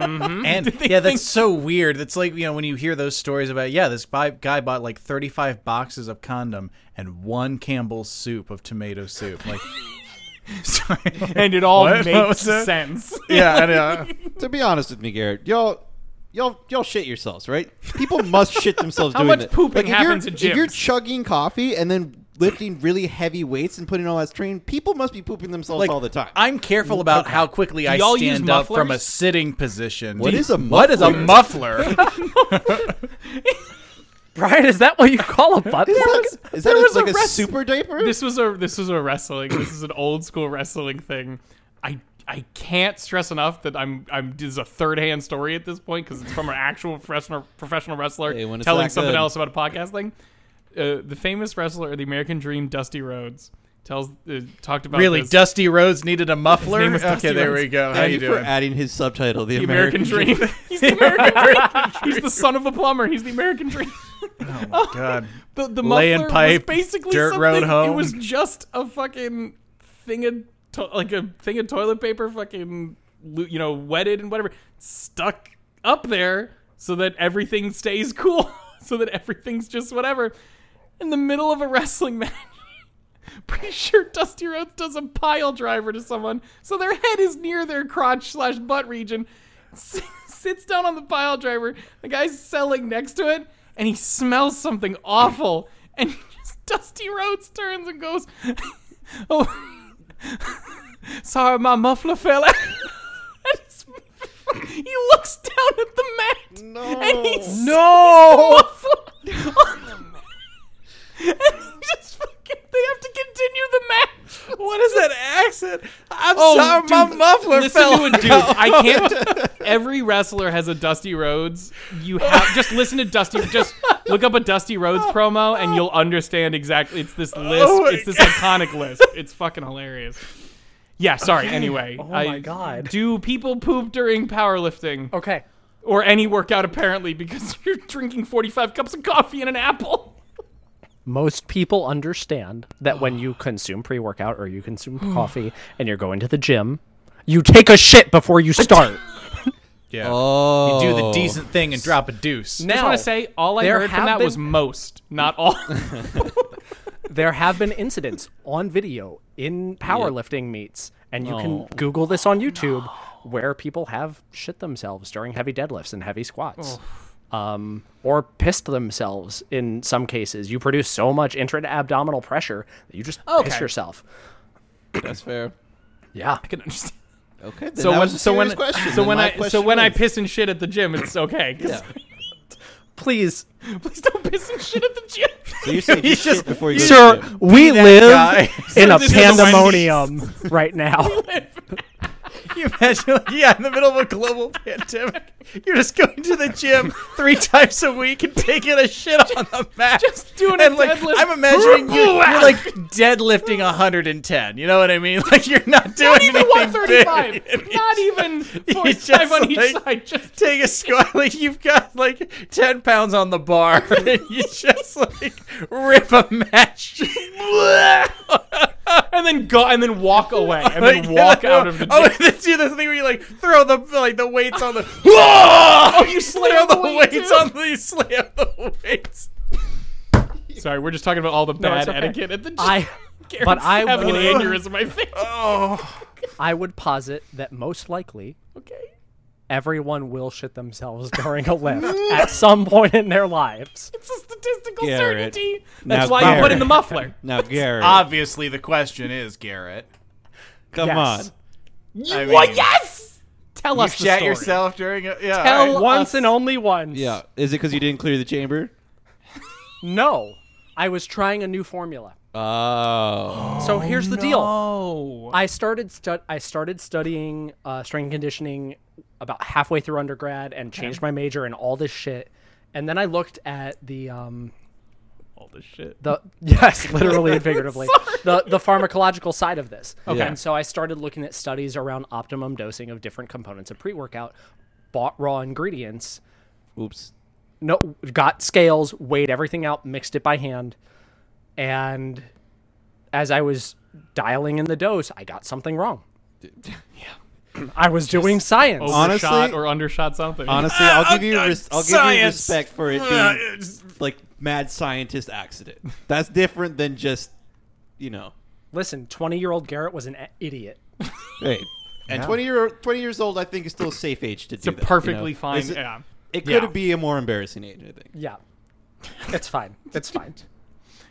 [SPEAKER 2] And
[SPEAKER 3] they
[SPEAKER 2] yeah, that's
[SPEAKER 3] think-
[SPEAKER 2] so weird. That's like you know when you hear those stories about yeah, this bi- guy bought like thirty-five boxes of condom and one Campbell's soup of tomato soup.
[SPEAKER 4] [laughs]
[SPEAKER 2] Like, sorry.
[SPEAKER 3] and it
[SPEAKER 2] [laughs]
[SPEAKER 3] all
[SPEAKER 2] What? What
[SPEAKER 3] makes
[SPEAKER 2] was that?
[SPEAKER 3] sense.
[SPEAKER 2] yeah, I know. [laughs]
[SPEAKER 4] To be honest with me, Garrett, y'all, y'all, y'all shit yourselves, right? People must shit
[SPEAKER 3] [laughs]
[SPEAKER 4] themselves. How doing
[SPEAKER 3] much
[SPEAKER 4] that.
[SPEAKER 3] pooping
[SPEAKER 4] like, if you're-
[SPEAKER 3] happens at
[SPEAKER 4] If you're
[SPEAKER 3] gyms?
[SPEAKER 4] chugging coffee and then lifting really heavy weights and putting all that strain, people must be pooping themselves
[SPEAKER 2] Like
[SPEAKER 4] all the time.
[SPEAKER 2] I'm careful about how quickly I
[SPEAKER 3] y'all use
[SPEAKER 2] stand up from a
[SPEAKER 3] mufflers?
[SPEAKER 2] sitting position.
[SPEAKER 4] What
[SPEAKER 2] Do-
[SPEAKER 4] is a
[SPEAKER 2] What [laughs] is a
[SPEAKER 4] muffler?
[SPEAKER 2] muffler?
[SPEAKER 4] [laughs]
[SPEAKER 5] brian is that what you call a butt
[SPEAKER 4] is
[SPEAKER 5] plug
[SPEAKER 4] that, is that
[SPEAKER 3] there was
[SPEAKER 4] like
[SPEAKER 3] a
[SPEAKER 4] a,
[SPEAKER 3] rest-
[SPEAKER 4] super diaper?
[SPEAKER 3] This was a this was a wrestling. This is an old school wrestling thing. I I can't stress enough that I'm I'm this is a third hand story at this point because it's from an actual professional professional wrestler
[SPEAKER 4] Hey, when it's
[SPEAKER 3] telling
[SPEAKER 4] that
[SPEAKER 3] something
[SPEAKER 4] good.
[SPEAKER 3] else about a podcast thing. Uh, the famous wrestler, of the American Dream, Dusty Rhodes, tells uh, talked about
[SPEAKER 2] really,
[SPEAKER 3] this.
[SPEAKER 2] Dusty Rhodes needed a muffler.
[SPEAKER 3] name is
[SPEAKER 2] Okay,
[SPEAKER 3] Dusty
[SPEAKER 2] there
[SPEAKER 3] Rhodes.
[SPEAKER 2] we go. How
[SPEAKER 4] Thank
[SPEAKER 2] you
[SPEAKER 4] for
[SPEAKER 2] doing?
[SPEAKER 4] adding his subtitle, the,
[SPEAKER 3] The American, Dream. [laughs]
[SPEAKER 2] [laughs]
[SPEAKER 3] He's the American Dream. He's the son of a plumber. He's the American Dream.
[SPEAKER 2] Oh,
[SPEAKER 3] [laughs]
[SPEAKER 2] God.
[SPEAKER 3] The, the
[SPEAKER 2] Lay and
[SPEAKER 3] muffler
[SPEAKER 2] pipe,
[SPEAKER 3] was basically
[SPEAKER 2] dirt
[SPEAKER 3] something-
[SPEAKER 2] road home.
[SPEAKER 3] It was just a fucking thing of to- like a thing of toilet paper, fucking lo- you know, wetted and whatever, stuck up there so that everything stays cool, [laughs] so that everything's just whatever. In the middle of a wrestling [laughs] match, pretty sure Dusty Rhodes does a pile driver to someone, so their head is near their crotch slash butt region. S- [laughs] sits down on the pile driver. The guy's selling next to it, and he smells something awful. And [laughs] he just Dusty Rhodes turns and goes, [laughs] "Oh, [laughs] sorry, my muffler fell out." [laughs] And his- he looks down at the mat, and he's
[SPEAKER 2] No.
[SPEAKER 3] muffler on the mat. And he just fucking, they have to continue the match. What is
[SPEAKER 2] that accent. I'm
[SPEAKER 3] Oh, dude,
[SPEAKER 2] sorry, my muffler
[SPEAKER 3] listen
[SPEAKER 2] fell.
[SPEAKER 3] to it, dude. I can't.
[SPEAKER 2] [laughs]
[SPEAKER 3] Every wrestler has a Dusty Rhodes. You have just listen to Dusty. Just look up a Dusty Rhodes promo, and you'll understand exactly. It's this list.
[SPEAKER 2] Oh my
[SPEAKER 3] it's this iconic list. It's fucking hilarious. Yeah. Sorry. Anyway. Oh
[SPEAKER 5] my God.
[SPEAKER 3] Do people poop during powerlifting
[SPEAKER 5] okay
[SPEAKER 3] or any workout? Apparently, because [laughs] you're drinking 45 cups of coffee and an apple.
[SPEAKER 5] most people understand that when you consume pre-workout or you
[SPEAKER 4] [sighs]
[SPEAKER 5] consume coffee and you're going to the gym you take a shit before you start
[SPEAKER 2] Yeah.
[SPEAKER 4] Oh,
[SPEAKER 2] Do the decent thing and drop a deuce.
[SPEAKER 3] I just want to say all I
[SPEAKER 5] there
[SPEAKER 3] heard
[SPEAKER 5] have
[SPEAKER 3] from that
[SPEAKER 5] been-
[SPEAKER 3] was most, not all. [laughs]
[SPEAKER 5] there have been incidents on video in powerlifting meets, and you
[SPEAKER 3] Oh.
[SPEAKER 5] can Google this on YouTube, where people have shit themselves during heavy deadlifts and heavy squats. Um, or pissed themselves in some cases. You produce so much intra abdominal pressure that you just piss
[SPEAKER 3] Okay.
[SPEAKER 5] yourself.
[SPEAKER 4] That's fair.
[SPEAKER 5] Yeah.
[SPEAKER 3] I can understand.
[SPEAKER 4] Okay. Then
[SPEAKER 3] So
[SPEAKER 4] that
[SPEAKER 3] when
[SPEAKER 4] was a
[SPEAKER 3] so when
[SPEAKER 4] serious question.
[SPEAKER 3] so
[SPEAKER 4] Then
[SPEAKER 3] when
[SPEAKER 4] my
[SPEAKER 3] I so
[SPEAKER 4] question
[SPEAKER 3] when I
[SPEAKER 4] was-
[SPEAKER 3] piss and shit at the gym, it's okay. 'cause-
[SPEAKER 4] Yeah.
[SPEAKER 5] Please,
[SPEAKER 3] [laughs] Please don't piss and shit at the gym.
[SPEAKER 4] So
[SPEAKER 3] [laughs]
[SPEAKER 4] you say just shit before you go to
[SPEAKER 5] sir,
[SPEAKER 4] the gym.
[SPEAKER 2] [laughs]
[SPEAKER 5] we live [laughs] in
[SPEAKER 3] [laughs]
[SPEAKER 5] a
[SPEAKER 3] Send it to the
[SPEAKER 5] pandemonium right
[SPEAKER 3] [laughs]
[SPEAKER 5] now.
[SPEAKER 2] You [laughs] imagine, like, yeah, in the middle of a global [laughs] pandemic, you're just going to the
[SPEAKER 3] [laughs]
[SPEAKER 2] gym three times a week and taking a shit on the mat.
[SPEAKER 3] just doing a
[SPEAKER 2] and like,
[SPEAKER 3] deadlift.
[SPEAKER 2] I'm imagining you, you're like deadlifting 110. You know what I mean? [laughs] Like you're not doing
[SPEAKER 3] Not even
[SPEAKER 2] anything
[SPEAKER 3] 135.
[SPEAKER 2] [laughs] big.
[SPEAKER 3] Not even
[SPEAKER 2] just
[SPEAKER 3] 45 on each
[SPEAKER 2] like-
[SPEAKER 3] side. Just
[SPEAKER 2] Take a squat [laughs] like you've got like 10 pounds on the bar [laughs] and you just like rip a
[SPEAKER 3] [laughs]
[SPEAKER 2] match. [laughs]
[SPEAKER 3] and then go and then walk away and
[SPEAKER 2] Like, [laughs]
[SPEAKER 3] then walk
[SPEAKER 2] you know,
[SPEAKER 3] out of the gym.
[SPEAKER 2] Oh, and then do this thing where you like throw the like the weights on the.
[SPEAKER 3] [laughs]
[SPEAKER 2] [laughs] oh, you
[SPEAKER 3] slam the weight,
[SPEAKER 2] weights
[SPEAKER 3] too?
[SPEAKER 2] on the you slam the weights.
[SPEAKER 3] Sorry, we're just talking about all the bad
[SPEAKER 5] it's okay.
[SPEAKER 3] etiquette at the gym.
[SPEAKER 5] I,
[SPEAKER 3] Garen's
[SPEAKER 5] but I
[SPEAKER 3] having
[SPEAKER 5] would,
[SPEAKER 3] an aneurysm. I think.
[SPEAKER 2] Oh,
[SPEAKER 5] I would posit that most likely
[SPEAKER 3] Okay.
[SPEAKER 5] everyone will shit themselves [laughs] during a lift at some point in their lives.
[SPEAKER 3] It's a statistical
[SPEAKER 4] Garrett.
[SPEAKER 3] certainty. That's
[SPEAKER 4] Now,
[SPEAKER 3] why you put in
[SPEAKER 4] Garrett.
[SPEAKER 3] the muffler.
[SPEAKER 4] Now, Garrett,
[SPEAKER 2] obviously the question is Garrett.
[SPEAKER 4] come
[SPEAKER 5] Yes.
[SPEAKER 4] on.
[SPEAKER 2] I mean,
[SPEAKER 3] Well, yes. Tell
[SPEAKER 2] You
[SPEAKER 3] us the
[SPEAKER 2] shat
[SPEAKER 3] story.
[SPEAKER 2] yourself during a yeah.
[SPEAKER 3] Tell
[SPEAKER 2] all right.
[SPEAKER 5] Once and only once.
[SPEAKER 4] Yeah. Is it because you didn't clear the chamber?
[SPEAKER 5] No, I was trying a new formula.
[SPEAKER 4] Oh.
[SPEAKER 5] So here's the deal.
[SPEAKER 3] Oh.
[SPEAKER 5] I started stud- I started studying uh, strength and conditioning about halfway through undergrad and changed my major and all this shit. And then I looked at the um,
[SPEAKER 3] all this shit.
[SPEAKER 5] the [laughs] yes, literally and figuratively, the the pharmacological side of this. Okay.
[SPEAKER 4] Yeah.
[SPEAKER 5] And so I started looking at studies around optimum dosing of different components of pre-workout, bought raw ingredients,
[SPEAKER 4] Oops.
[SPEAKER 5] no got scales, weighed everything out, mixed it by hand, and as I was dialing in the dose, I got something wrong. [clears throat] I was doing science.
[SPEAKER 4] Honestly-
[SPEAKER 3] Overshot or undershot something. [laughs]
[SPEAKER 4] Honestly, I'll give you res- I'll give you
[SPEAKER 2] Science.
[SPEAKER 4] respect for it
[SPEAKER 2] Uh,
[SPEAKER 4] being
[SPEAKER 2] it's-
[SPEAKER 4] like mad scientist accident. That's different than just, you know.
[SPEAKER 5] Listen, 20-year-old Garrett was an a- idiot.
[SPEAKER 4] Hey. And twenty year twenty years old, I think is still a safe age to do.
[SPEAKER 3] a
[SPEAKER 4] that, you know?
[SPEAKER 3] perfectly fine-
[SPEAKER 4] Is It,
[SPEAKER 3] yeah.
[SPEAKER 4] it could
[SPEAKER 2] Yeah.
[SPEAKER 4] be a more embarrassing age, I think.
[SPEAKER 5] Yeah. It's fine. It's fine.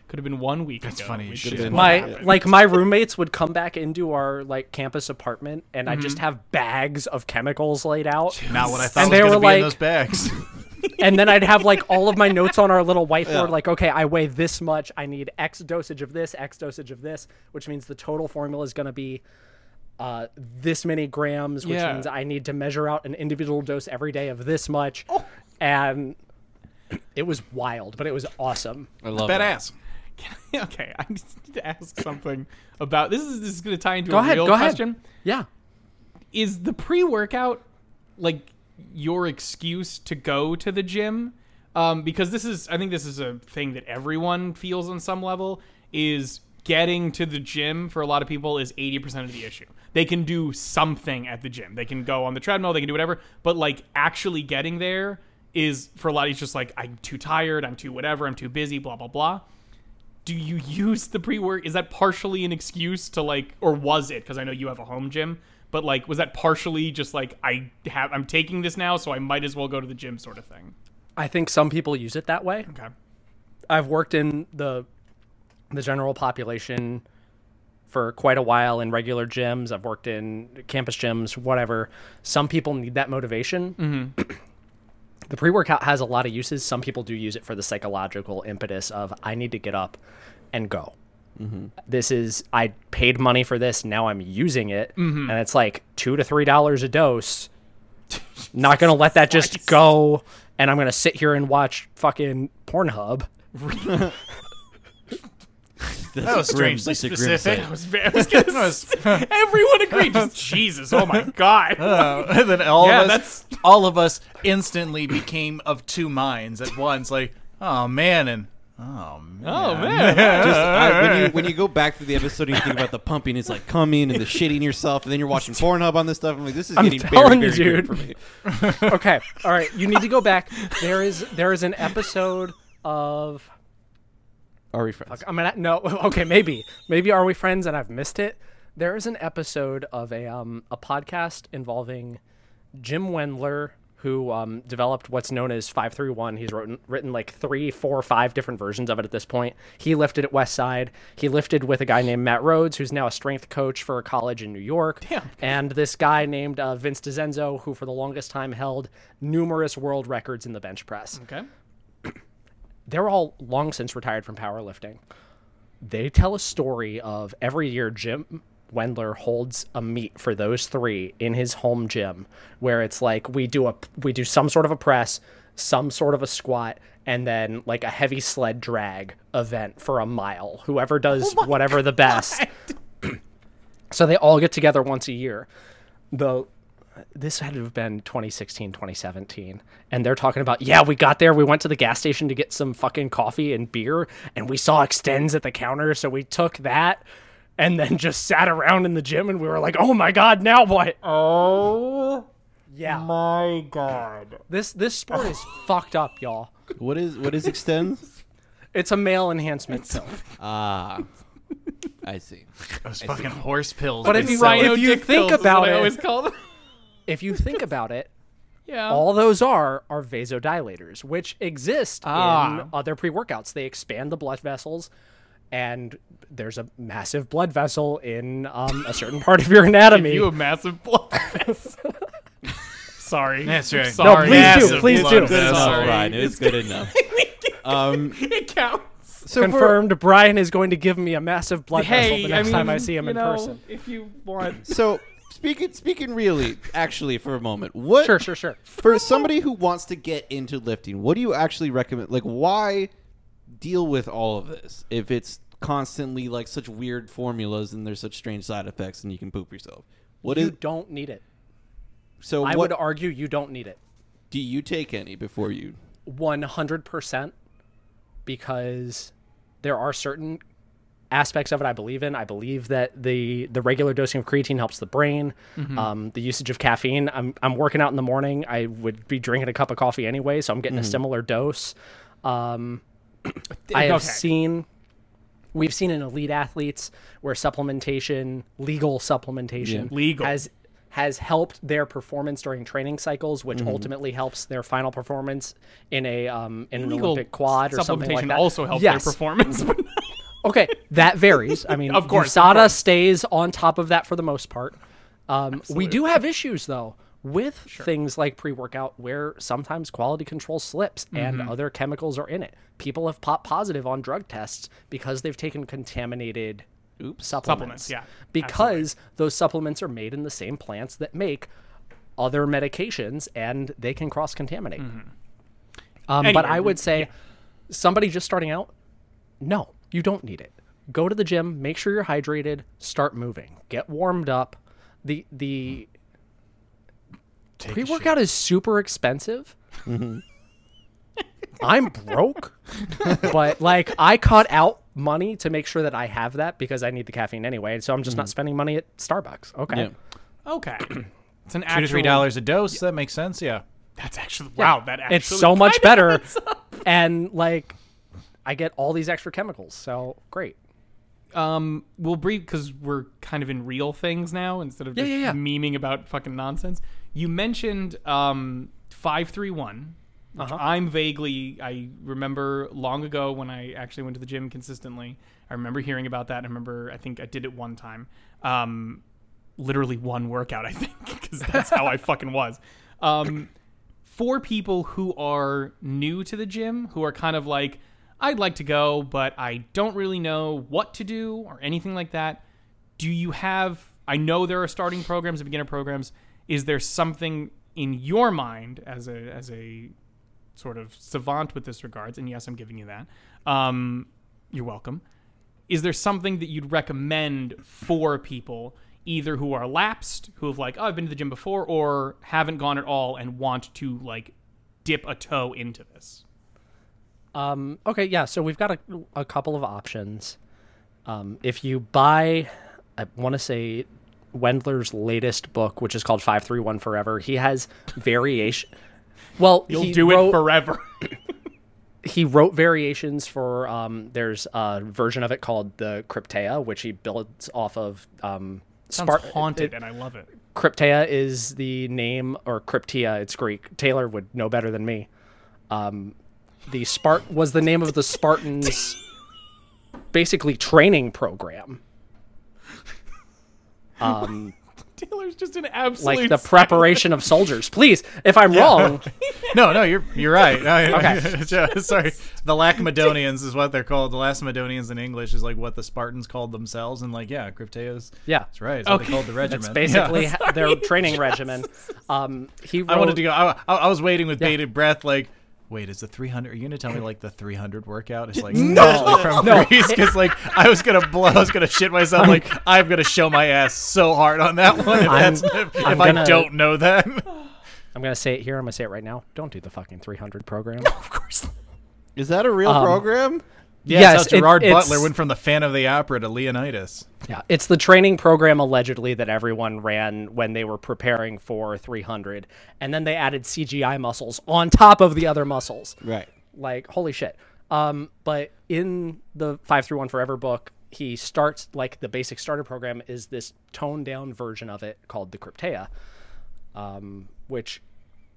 [SPEAKER 3] Could have been one week.
[SPEAKER 2] That's
[SPEAKER 3] ago.
[SPEAKER 2] funny
[SPEAKER 3] We
[SPEAKER 2] as
[SPEAKER 3] could've
[SPEAKER 2] shit.
[SPEAKER 3] been-
[SPEAKER 5] my
[SPEAKER 4] happened.
[SPEAKER 5] like my roommates would come back into our like campus apartment and I'd just have bags of chemicals laid out.
[SPEAKER 2] Not what I thought
[SPEAKER 5] And
[SPEAKER 2] was
[SPEAKER 5] they
[SPEAKER 2] going to
[SPEAKER 5] were
[SPEAKER 2] be in
[SPEAKER 5] like-
[SPEAKER 2] those
[SPEAKER 5] [laughs]
[SPEAKER 2] bags.
[SPEAKER 5] and then I'd have like all of my notes on our little whiteboard, like, okay, I weigh this much. I need X dosage of this, X dosage of this, which means the total formula is going to be uh, this many grams, which
[SPEAKER 3] Yeah.
[SPEAKER 5] means I need to measure out an individual dose every day of this much. And it was wild, but it was awesome.
[SPEAKER 4] I love that.
[SPEAKER 2] Badass.
[SPEAKER 3] [laughs] okay, I just need to ask something about this. Is this is going to tie into
[SPEAKER 5] Go
[SPEAKER 3] a
[SPEAKER 5] ahead,
[SPEAKER 3] real
[SPEAKER 5] go ahead.
[SPEAKER 3] question?
[SPEAKER 5] Yeah.
[SPEAKER 3] Is the pre-workout like your excuse to go to the gym? Um, because this is, I think this is a thing that everyone feels on some level. Is getting to the gym for a lot of people is eighty percent of the issue. They can do something at the gym. They can go on the treadmill. They can do whatever. But like actually getting there is for a lot. It's just like I'm too tired. I'm too whatever. I'm too busy. Blah blah blah. do you use the pre-work is that partially an excuse to like or was it because i know you have a home gym but like was that partially just like i have i'm taking this now so i might as well go to the gym sort of thing
[SPEAKER 5] I think some people use it that way.
[SPEAKER 3] okay
[SPEAKER 5] I've worked in the the general population for quite a while in regular gyms. I've worked in campus gyms, whatever. Some people need that motivation. the pre workout has a lot of uses. Some people do use it for the psychological impetus of I need to get up and go. This is I paid money for this. Now I'm using it, and it's like two to three dollars a dose. Not gonna let that just go, and I'm gonna sit here and watch fucking Pornhub.
[SPEAKER 2] That was
[SPEAKER 4] grim-
[SPEAKER 2] strangely
[SPEAKER 4] that's a grim
[SPEAKER 2] specific.
[SPEAKER 3] I was, ve- I was gonna [laughs] s- everyone agreed just jesus oh my god
[SPEAKER 2] Uh, [laughs] and then all
[SPEAKER 3] Yeah,
[SPEAKER 2] of us,
[SPEAKER 3] that's- [laughs]
[SPEAKER 2] all of us instantly became of two minds at once. Like, oh man, and oh man.
[SPEAKER 3] oh man
[SPEAKER 4] Just, I, when, you, when you go back through the episode and you think about the pumping, it's like coming and the shitting yourself, and then you're watching Pornhub on this stuff. I'm like, this is
[SPEAKER 5] I'm
[SPEAKER 4] getting
[SPEAKER 5] telling you,
[SPEAKER 4] very, very
[SPEAKER 5] dude.
[SPEAKER 4] grim for me.
[SPEAKER 5] okay all right you need to go back there is there is an episode of
[SPEAKER 4] Are we friends?
[SPEAKER 5] i'm gonna no [laughs] okay maybe maybe are we friends and i've missed it there is an episode of a um a podcast involving jim wendler who um, developed what's known as 531. He's written, written like three, four, five different versions of it at this point. He lifted at West Side. He lifted with a guy named Matt Rhodes, who's now a strength coach for a college in New York.
[SPEAKER 3] Damn.
[SPEAKER 5] And this guy named uh, Vince DiZenzo, who for the longest time held numerous world records in the bench press
[SPEAKER 3] Okay.
[SPEAKER 5] they're all long since retired from powerlifting. They tell a story of every year Jim Wendler holds a meet for those three in his home gym where it's like we do a we do some sort of a press, some sort of a squat, and then like a heavy sled drag event for a mile. Whoever does whatever the best. [clears throat] So they all get together once a year. The this had to have been 2016, 2017. And they're talking about, yeah, we got there. We went to the gas station to get some fucking coffee and beer, and we saw extends at the counter. So we took that and then just sat around in the gym and we were like, oh my God, now what?
[SPEAKER 3] Oh
[SPEAKER 5] yeah.
[SPEAKER 3] my god.
[SPEAKER 5] This, this sport is fucked up, y'all.
[SPEAKER 4] What is what is extends?
[SPEAKER 5] It's a male enhancement film.
[SPEAKER 4] Ah, I [laughs] see.
[SPEAKER 2] Those fucking horse pills.
[SPEAKER 5] But
[SPEAKER 2] they
[SPEAKER 5] if you-
[SPEAKER 2] sell
[SPEAKER 5] Rhino
[SPEAKER 2] at
[SPEAKER 5] if you dick think pills is about what I it- always
[SPEAKER 3] call them.
[SPEAKER 5] If you think about it,
[SPEAKER 3] [laughs] Yeah.
[SPEAKER 5] all those are are vasodilators, which exist
[SPEAKER 3] Ah.
[SPEAKER 5] in other pre workouts. They expand the blood vessels, and there's a massive blood vessel in um, a certain part
[SPEAKER 3] [laughs]
[SPEAKER 5] of your anatomy.
[SPEAKER 3] you a massive blood vessel. [laughs] Sorry.
[SPEAKER 2] That's right.
[SPEAKER 3] I'm
[SPEAKER 2] No,
[SPEAKER 3] Sorry.
[SPEAKER 5] please do,
[SPEAKER 2] Massive
[SPEAKER 5] please
[SPEAKER 2] blood
[SPEAKER 5] do.
[SPEAKER 2] vessel.
[SPEAKER 4] That's
[SPEAKER 3] Sorry.
[SPEAKER 4] fine. It's good enough. Um,
[SPEAKER 3] It counts.
[SPEAKER 4] so for,
[SPEAKER 5] Confirmed. Brian is going to give me a massive blood vessel
[SPEAKER 3] Hey,
[SPEAKER 5] the next
[SPEAKER 3] I mean,
[SPEAKER 5] time I see him
[SPEAKER 3] you
[SPEAKER 5] in
[SPEAKER 3] know,
[SPEAKER 5] person.
[SPEAKER 3] If you want.
[SPEAKER 4] so speaking speaking really actually for a moment, what
[SPEAKER 5] Sure, sure, sure.
[SPEAKER 4] for somebody who wants to get into lifting, what do you actually recommend? Like, why deal with all of this if it's constantly like such weird formulas and there's such strange side effects and you can poop yourself? What is
[SPEAKER 5] You don't need it.
[SPEAKER 4] so?
[SPEAKER 5] I
[SPEAKER 4] what
[SPEAKER 5] would argue you don't need it.
[SPEAKER 4] do you take any before you?
[SPEAKER 5] 100% because there are certain aspects of it I believe in. I believe that the the regular dosing of creatine helps the brain.
[SPEAKER 3] Mm-hmm.
[SPEAKER 5] Um, the usage of caffeine. I'm I'm working out in the morning. I would be drinking a cup of coffee anyway, so I'm getting
[SPEAKER 3] Mm-hmm.
[SPEAKER 5] a similar dose.
[SPEAKER 3] [clears throat]
[SPEAKER 5] Um, I have
[SPEAKER 3] okay.
[SPEAKER 5] seen we've seen in elite athletes where supplementation, legal supplementation,
[SPEAKER 3] Legal.
[SPEAKER 5] has has helped their performance during training cycles, which
[SPEAKER 3] Mm-hmm.
[SPEAKER 5] ultimately helps their final performance in a um, in an
[SPEAKER 3] Legal
[SPEAKER 5] Olympic quad or something like
[SPEAKER 3] supplementation
[SPEAKER 5] that.
[SPEAKER 3] also helps
[SPEAKER 5] Yes.
[SPEAKER 3] their performance. [laughs]
[SPEAKER 5] Okay, that varies. I mean,
[SPEAKER 3] Of course, of
[SPEAKER 5] USADA stays on top of that for the most part. Um, we do have issues though with things like pre-workout where sometimes quality control slips
[SPEAKER 3] Mm-hmm.
[SPEAKER 5] and other chemicals are in it. People have popped positive on drug tests because they've taken contaminated supplements.
[SPEAKER 3] Supplements, yeah,
[SPEAKER 5] because those supplements are made in the same plants that make other medications and they can cross-contaminate. Um, but
[SPEAKER 3] Anyway,
[SPEAKER 5] I
[SPEAKER 3] we-
[SPEAKER 5] would say somebody just starting out, no, you don't need it. Go to the gym, make sure you're hydrated, start moving, get warmed up. The the pre workout is super expensive. [laughs] I'm broke, but like I cut out money to make sure that I have that because I need the caffeine anyway, and so I'm just not spending money at Starbucks. [laughs] Okay,
[SPEAKER 4] Yeah.
[SPEAKER 3] okay. It's an
[SPEAKER 2] Two
[SPEAKER 3] actual.
[SPEAKER 2] to three dollars a dose. That makes sense. Yeah.
[SPEAKER 3] That's actually wow. That actually
[SPEAKER 5] it's so much
[SPEAKER 3] kinda
[SPEAKER 5] better,
[SPEAKER 3] adds up.
[SPEAKER 5] and like I get all these extra chemicals, so great.
[SPEAKER 3] um we'll brief because we're kind of in real things now instead of just
[SPEAKER 5] yeah, yeah.
[SPEAKER 3] memeing about fucking nonsense you mentioned um 531 which
[SPEAKER 5] Uh-huh.
[SPEAKER 3] i'm vaguely i remember long ago when i actually went to the gym consistently i remember hearing about that i remember i think i did it one time um literally one workout i think [laughs] because that's how i fucking was um for people who are new to the gym, who are kind of like, I'd like to go, but I don't really know what to do or anything like that, do you have? I know there are starting programs and beginner programs. Is there something in your mind as a as a sort of savant with this regards? And yes, I'm giving you that. Um, you're welcome. Is there something that you'd recommend for people? either who are lapsed who have like oh i've been to the gym before or haven't gone at all and want to like dip a toe into this
[SPEAKER 5] Um, okay, yeah. So we've got a, a couple of options. Um, if you buy, I want to say Wendler's latest book, which is called Five Three One Forever. He has variation. Well,
[SPEAKER 3] [laughs] you'll
[SPEAKER 5] he
[SPEAKER 3] do
[SPEAKER 5] wrote,
[SPEAKER 3] it forever
[SPEAKER 5] he wrote variations for um, there's a version of it called the Cryptea, which he builds off of um,
[SPEAKER 3] [laughs] sounds
[SPEAKER 5] Spart-
[SPEAKER 3] haunted and i love it
[SPEAKER 5] Cryptea is the name, or Cryptea, it's Greek. Taylor would know better than me. Um, the Spart was the name of the Spartans' basically training program, Um,
[SPEAKER 2] [laughs]
[SPEAKER 3] Taylor's just an absolute.
[SPEAKER 5] like the preparation of soldiers. Please, if
[SPEAKER 2] [laughs]
[SPEAKER 5] I'm wrong,
[SPEAKER 2] [laughs] No, no, you're you're right. [laughs]
[SPEAKER 5] Okay.
[SPEAKER 2] okay. Sorry. The Lacedemonians is what they're called. The Lacedemonians in English is like what the Spartans called themselves, and like yeah, Crypteos.
[SPEAKER 5] yeah,
[SPEAKER 2] That's right. It's what
[SPEAKER 3] Okay.
[SPEAKER 2] they called the regiment.
[SPEAKER 5] It's
[SPEAKER 2] Yeah.
[SPEAKER 5] basically
[SPEAKER 2] [laughs]
[SPEAKER 5] ha- their training regimen. Um, he wrote,
[SPEAKER 2] I wanted to go. I, I, I was waiting with bated breath, like, wait, is the 300? Are you gonna tell me like the 300 workout is like [laughs] no, from Greece? Because like I was gonna blow, I was gonna shit myself. Like I'm gonna show my ass so hard on that one. If,
[SPEAKER 5] I'm-
[SPEAKER 2] that's, if,
[SPEAKER 5] I'm
[SPEAKER 2] if I
[SPEAKER 5] gonna-
[SPEAKER 2] don't know [laughs] that,
[SPEAKER 5] I'm gonna say it here. I'm gonna say it right now. Don't do the fucking
[SPEAKER 2] [laughs]
[SPEAKER 5] 300 program.
[SPEAKER 4] Is that a real program?
[SPEAKER 2] yeah,
[SPEAKER 5] Yes,
[SPEAKER 2] that's how Gerard
[SPEAKER 5] it- it's-
[SPEAKER 2] Butler went from the fan of the opera to Leonidas.
[SPEAKER 5] Yeah, it's the training program allegedly that everyone ran when they were preparing for 300, and then they added CGI muscles on top of the other muscles.
[SPEAKER 4] Right.
[SPEAKER 5] Like holy shit. Um, but in the Five Through One Forever book, he starts like the basic starter program is this toned down version of it called the Cryptea, um, which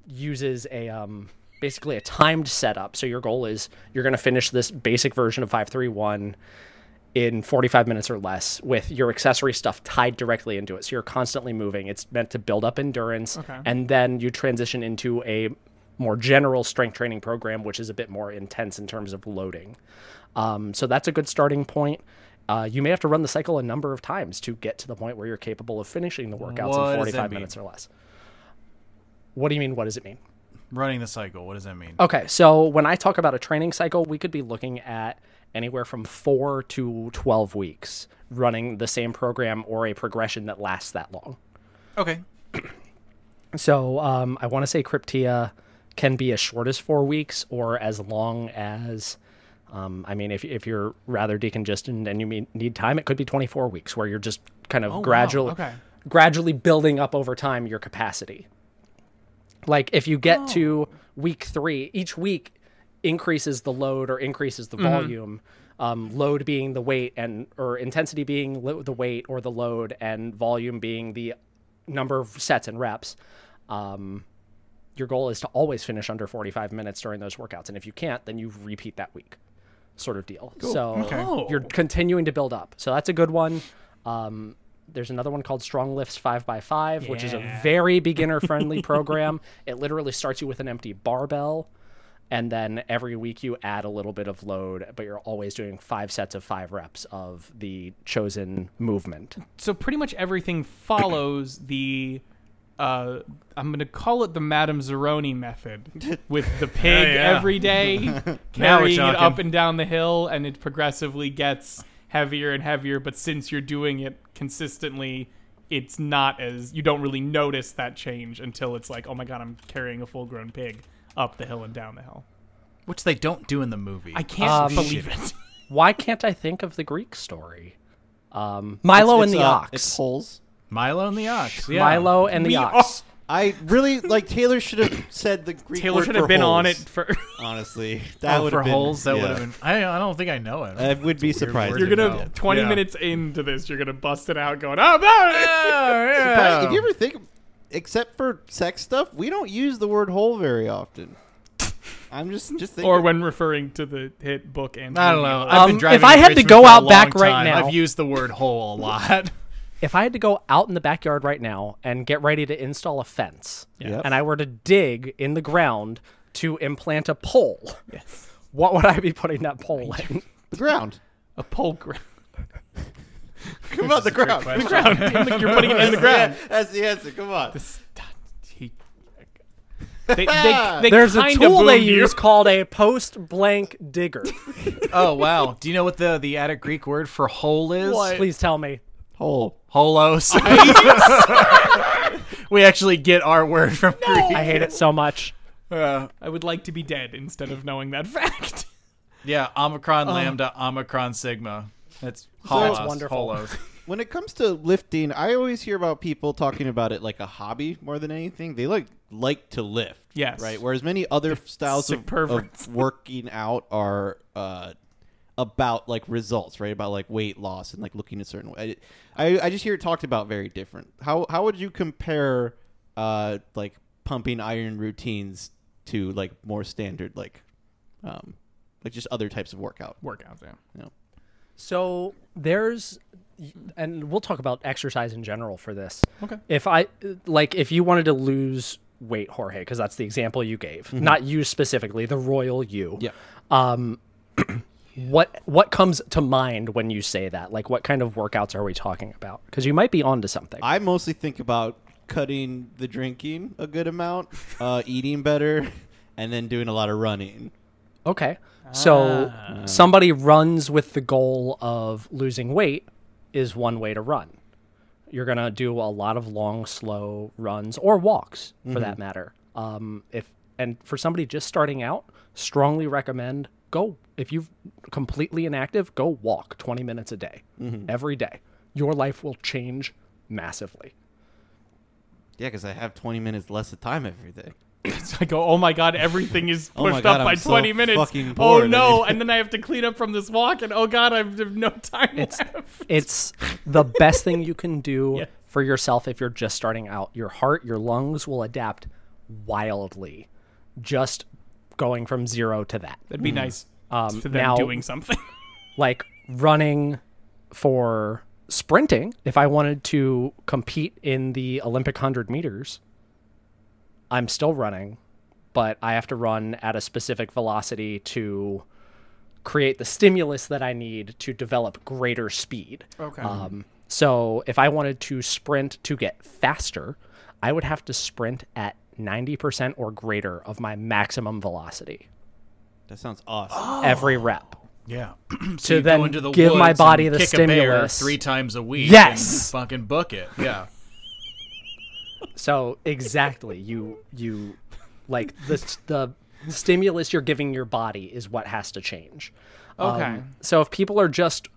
[SPEAKER 5] uses a um, basically a timed setup. So your goal is you're going to finish this basic version of 531 in 45 minutes or less with your accessory stuff tied directly into it. So you're constantly moving. It's meant to build up endurance and then you transition into a more general strength training program which is a bit more intense in terms of loading. Um, so that's a good starting point. Uh, you may have to run the cycle a number of times to get to the point where you're capable of finishing the workouts
[SPEAKER 2] What does
[SPEAKER 5] in
[SPEAKER 2] that
[SPEAKER 5] 45
[SPEAKER 2] mean?
[SPEAKER 5] minutes or less. What do you mean? What does it mean?
[SPEAKER 2] Running the cycle. What does that mean?
[SPEAKER 5] Okay, so when I talk about a training cycle, we could be looking at anywhere from four to 12 weeks running the same program or a progression that lasts that long.
[SPEAKER 2] Okay.
[SPEAKER 5] So um, I want to say Cryptea can be as short as four weeks or as long as. Um, I mean, if, if you're rather decongested and you mean, need time, it could be 24 weeks where you're just kind of gradually,
[SPEAKER 3] okay.
[SPEAKER 5] gradually building up over time your capacity. Like if you get to week three, each week increases the load or increases the volume. Um, load being the weight and or intensity being lo- the weight or the load and volume being the number of sets and reps. Um, your goal is to always finish under 45 minutes during those workouts, and if you can't, then you repeat that week, sort of deal. So you're continuing to build up. So that's a good one. Um, there's another one called Strong Lifts 5x5, which is a very beginner friendly program. It literally starts you with an empty barbell, and then every week you add a little bit of load, but you're always doing five sets of five reps of the chosen movement.
[SPEAKER 3] so pretty much everything follows the uh, I'm gonna call it the Madame Zeroni method
[SPEAKER 2] [laughs]
[SPEAKER 3] with the pig
[SPEAKER 2] yeah.
[SPEAKER 3] every day
[SPEAKER 2] [laughs] Now we're
[SPEAKER 3] carrying it up
[SPEAKER 2] talking.
[SPEAKER 3] and down the hill, and it progressively gets heavier and heavier. But since you're doing it consistently, it's not as you don't really notice that change until it's like, oh my god, I'm carrying a full-grown pig up the hill and down the hill.
[SPEAKER 2] Which they don't do in the movie.
[SPEAKER 3] I can't
[SPEAKER 5] Um,
[SPEAKER 3] believe it.
[SPEAKER 5] Why can't I think of the Greek story? Um, Milo
[SPEAKER 4] It's,
[SPEAKER 5] and the
[SPEAKER 4] uh,
[SPEAKER 5] ox.
[SPEAKER 4] It's holes.
[SPEAKER 2] Milo and the Ox. Yeah.
[SPEAKER 5] Milo and the
[SPEAKER 3] We
[SPEAKER 5] ox.
[SPEAKER 4] I really like Taylor should have said the Greek
[SPEAKER 3] [laughs] Taylor
[SPEAKER 4] word
[SPEAKER 3] should
[SPEAKER 4] for
[SPEAKER 3] have been on it
[SPEAKER 4] holes,
[SPEAKER 3] for. [laughs]
[SPEAKER 4] Honestly, [laughs] that
[SPEAKER 2] Oh,
[SPEAKER 4] would
[SPEAKER 2] for
[SPEAKER 4] have been,
[SPEAKER 2] holes, that
[SPEAKER 4] yeah.
[SPEAKER 2] would have been. Uh, I, I don't think I know it.
[SPEAKER 4] That would be surprising.
[SPEAKER 2] word
[SPEAKER 3] You're
[SPEAKER 2] to
[SPEAKER 3] gonna
[SPEAKER 2] know.
[SPEAKER 3] 20
[SPEAKER 2] Yeah.
[SPEAKER 3] minutes into this, you're gonna bust it out, going, oh no!
[SPEAKER 2] Oh,
[SPEAKER 4] Surprising. If you ever think, except for sex stuff, we don't use the word hole very often. I'm just just thinking.
[SPEAKER 3] or when referring to the hit book and
[SPEAKER 2] I don't know. I've
[SPEAKER 5] Um,
[SPEAKER 2] been
[SPEAKER 5] if
[SPEAKER 2] driving
[SPEAKER 5] I
[SPEAKER 2] in
[SPEAKER 5] had to
[SPEAKER 2] Richmond
[SPEAKER 5] go
[SPEAKER 2] for a
[SPEAKER 5] out back
[SPEAKER 2] long
[SPEAKER 5] right
[SPEAKER 2] time.
[SPEAKER 5] now-
[SPEAKER 2] I've used the word hole a lot.
[SPEAKER 5] If I had to go out in the backyard right now and get ready to install a fence,
[SPEAKER 4] Yep.
[SPEAKER 5] and I were to dig in the ground to implant a pole, what would I be putting that pole in?
[SPEAKER 4] the ground.
[SPEAKER 3] a pole ground.
[SPEAKER 4] [laughs] Come on, [laughs] the ground.
[SPEAKER 2] question.
[SPEAKER 3] [laughs] You're
[SPEAKER 4] [laughs]
[SPEAKER 3] putting it in the ground.
[SPEAKER 4] That's the answer. Come on.
[SPEAKER 3] He- They,
[SPEAKER 2] Ah.
[SPEAKER 3] they, they
[SPEAKER 5] There's a
[SPEAKER 3] kinda
[SPEAKER 5] tool they
[SPEAKER 3] boomed you.
[SPEAKER 5] use called a post blank [laughs] digger.
[SPEAKER 2] [laughs] oh wow! Do you know what the the Attic Greek word for hole is?
[SPEAKER 5] Please tell me.
[SPEAKER 4] Hole.
[SPEAKER 2] [laughs] Holos. [laughs] we actually get our word from Greek.
[SPEAKER 5] I hate it so much.
[SPEAKER 2] Uh,
[SPEAKER 3] I would like to be dead instead of knowing that [laughs] fact.
[SPEAKER 2] yeah, omicron lambda, omicron sigma. Um, That's holos.
[SPEAKER 5] wonderful.
[SPEAKER 2] Holos.
[SPEAKER 4] When it comes to lifting, I always hear about people talking about it like a hobby more than anything. They like like to lift.
[SPEAKER 3] Yes.
[SPEAKER 4] Right. Whereas many other styles
[SPEAKER 3] sick
[SPEAKER 4] of,
[SPEAKER 3] perverts.
[SPEAKER 4] of working out are uh, about like results, right? About like weight loss and like looking a certain way. I, I, I just hear it talked about very different. How how would you compare uh like pumping iron routines to like more standard like um like just other types of workout?
[SPEAKER 3] Workouts, yeah.
[SPEAKER 4] You know?
[SPEAKER 5] So there's, and we'll talk about exercise in general for this.
[SPEAKER 3] Okay.
[SPEAKER 5] If I like, if you wanted to lose weight, Jorge, because that's the example you gave, not you specifically, the royal you.
[SPEAKER 4] Mm-hmm. Yeah.
[SPEAKER 5] What what comes to mind when you say that? Like, what kind of workouts are we talking about? Because you might be onto something.
[SPEAKER 4] I mostly think about cutting the drinking a good amount, [laughs] uh, eating better, and then doing a lot of running.
[SPEAKER 5] Okay. So somebody runs with the goal of losing weight is one way to run. You're going to do a lot of long, slow runs or walks for that matter. Um, if and for somebody just starting out, strongly recommend go if you've completely inactive, go walk 20 minutes a day every day. Your life will change massively.
[SPEAKER 4] Yeah, because I have 20 minutes less of time every day.
[SPEAKER 3] I go, oh my god, everything is
[SPEAKER 4] Oh my
[SPEAKER 3] pushed up
[SPEAKER 4] God,
[SPEAKER 3] by
[SPEAKER 4] I'm so
[SPEAKER 3] 20 minutes.
[SPEAKER 4] fucking
[SPEAKER 3] Oh
[SPEAKER 4] bored.
[SPEAKER 3] no, and then I have to clean up from this walk, and oh god, I have no time
[SPEAKER 5] It's
[SPEAKER 3] left.
[SPEAKER 5] [laughs] it's the best thing you can do
[SPEAKER 3] Yeah.
[SPEAKER 5] for yourself if you're just starting out. Your heart, your lungs will adapt wildly just going from zero to that.
[SPEAKER 3] That'd be nice
[SPEAKER 5] Um,
[SPEAKER 3] for them
[SPEAKER 5] now,
[SPEAKER 3] doing something.
[SPEAKER 5] like running for sprinting, if I wanted to compete in the Olympic 100 meters, I'm still running, but I have to run at a specific velocity to create the stimulus that I need to develop greater speed.
[SPEAKER 3] Okay.
[SPEAKER 5] Um, so if I wanted to sprint to get faster, I would have to sprint at 90% or greater of my maximum velocity
[SPEAKER 4] That sounds
[SPEAKER 3] [gasps]
[SPEAKER 4] awesome.
[SPEAKER 5] every rep.
[SPEAKER 2] Yeah. [clears throat]
[SPEAKER 5] To
[SPEAKER 2] you go
[SPEAKER 5] then
[SPEAKER 2] into the
[SPEAKER 5] give my
[SPEAKER 2] woods
[SPEAKER 5] body
[SPEAKER 2] and
[SPEAKER 5] the
[SPEAKER 2] kick A bear
[SPEAKER 5] stimulus.
[SPEAKER 2] three times a week.
[SPEAKER 5] Yes!
[SPEAKER 2] And fucking book it. Yeah.
[SPEAKER 5] So exactly, you you like the the stimulus you're giving your body is what has to change.
[SPEAKER 2] um,
[SPEAKER 3] Okay.
[SPEAKER 5] so if people are just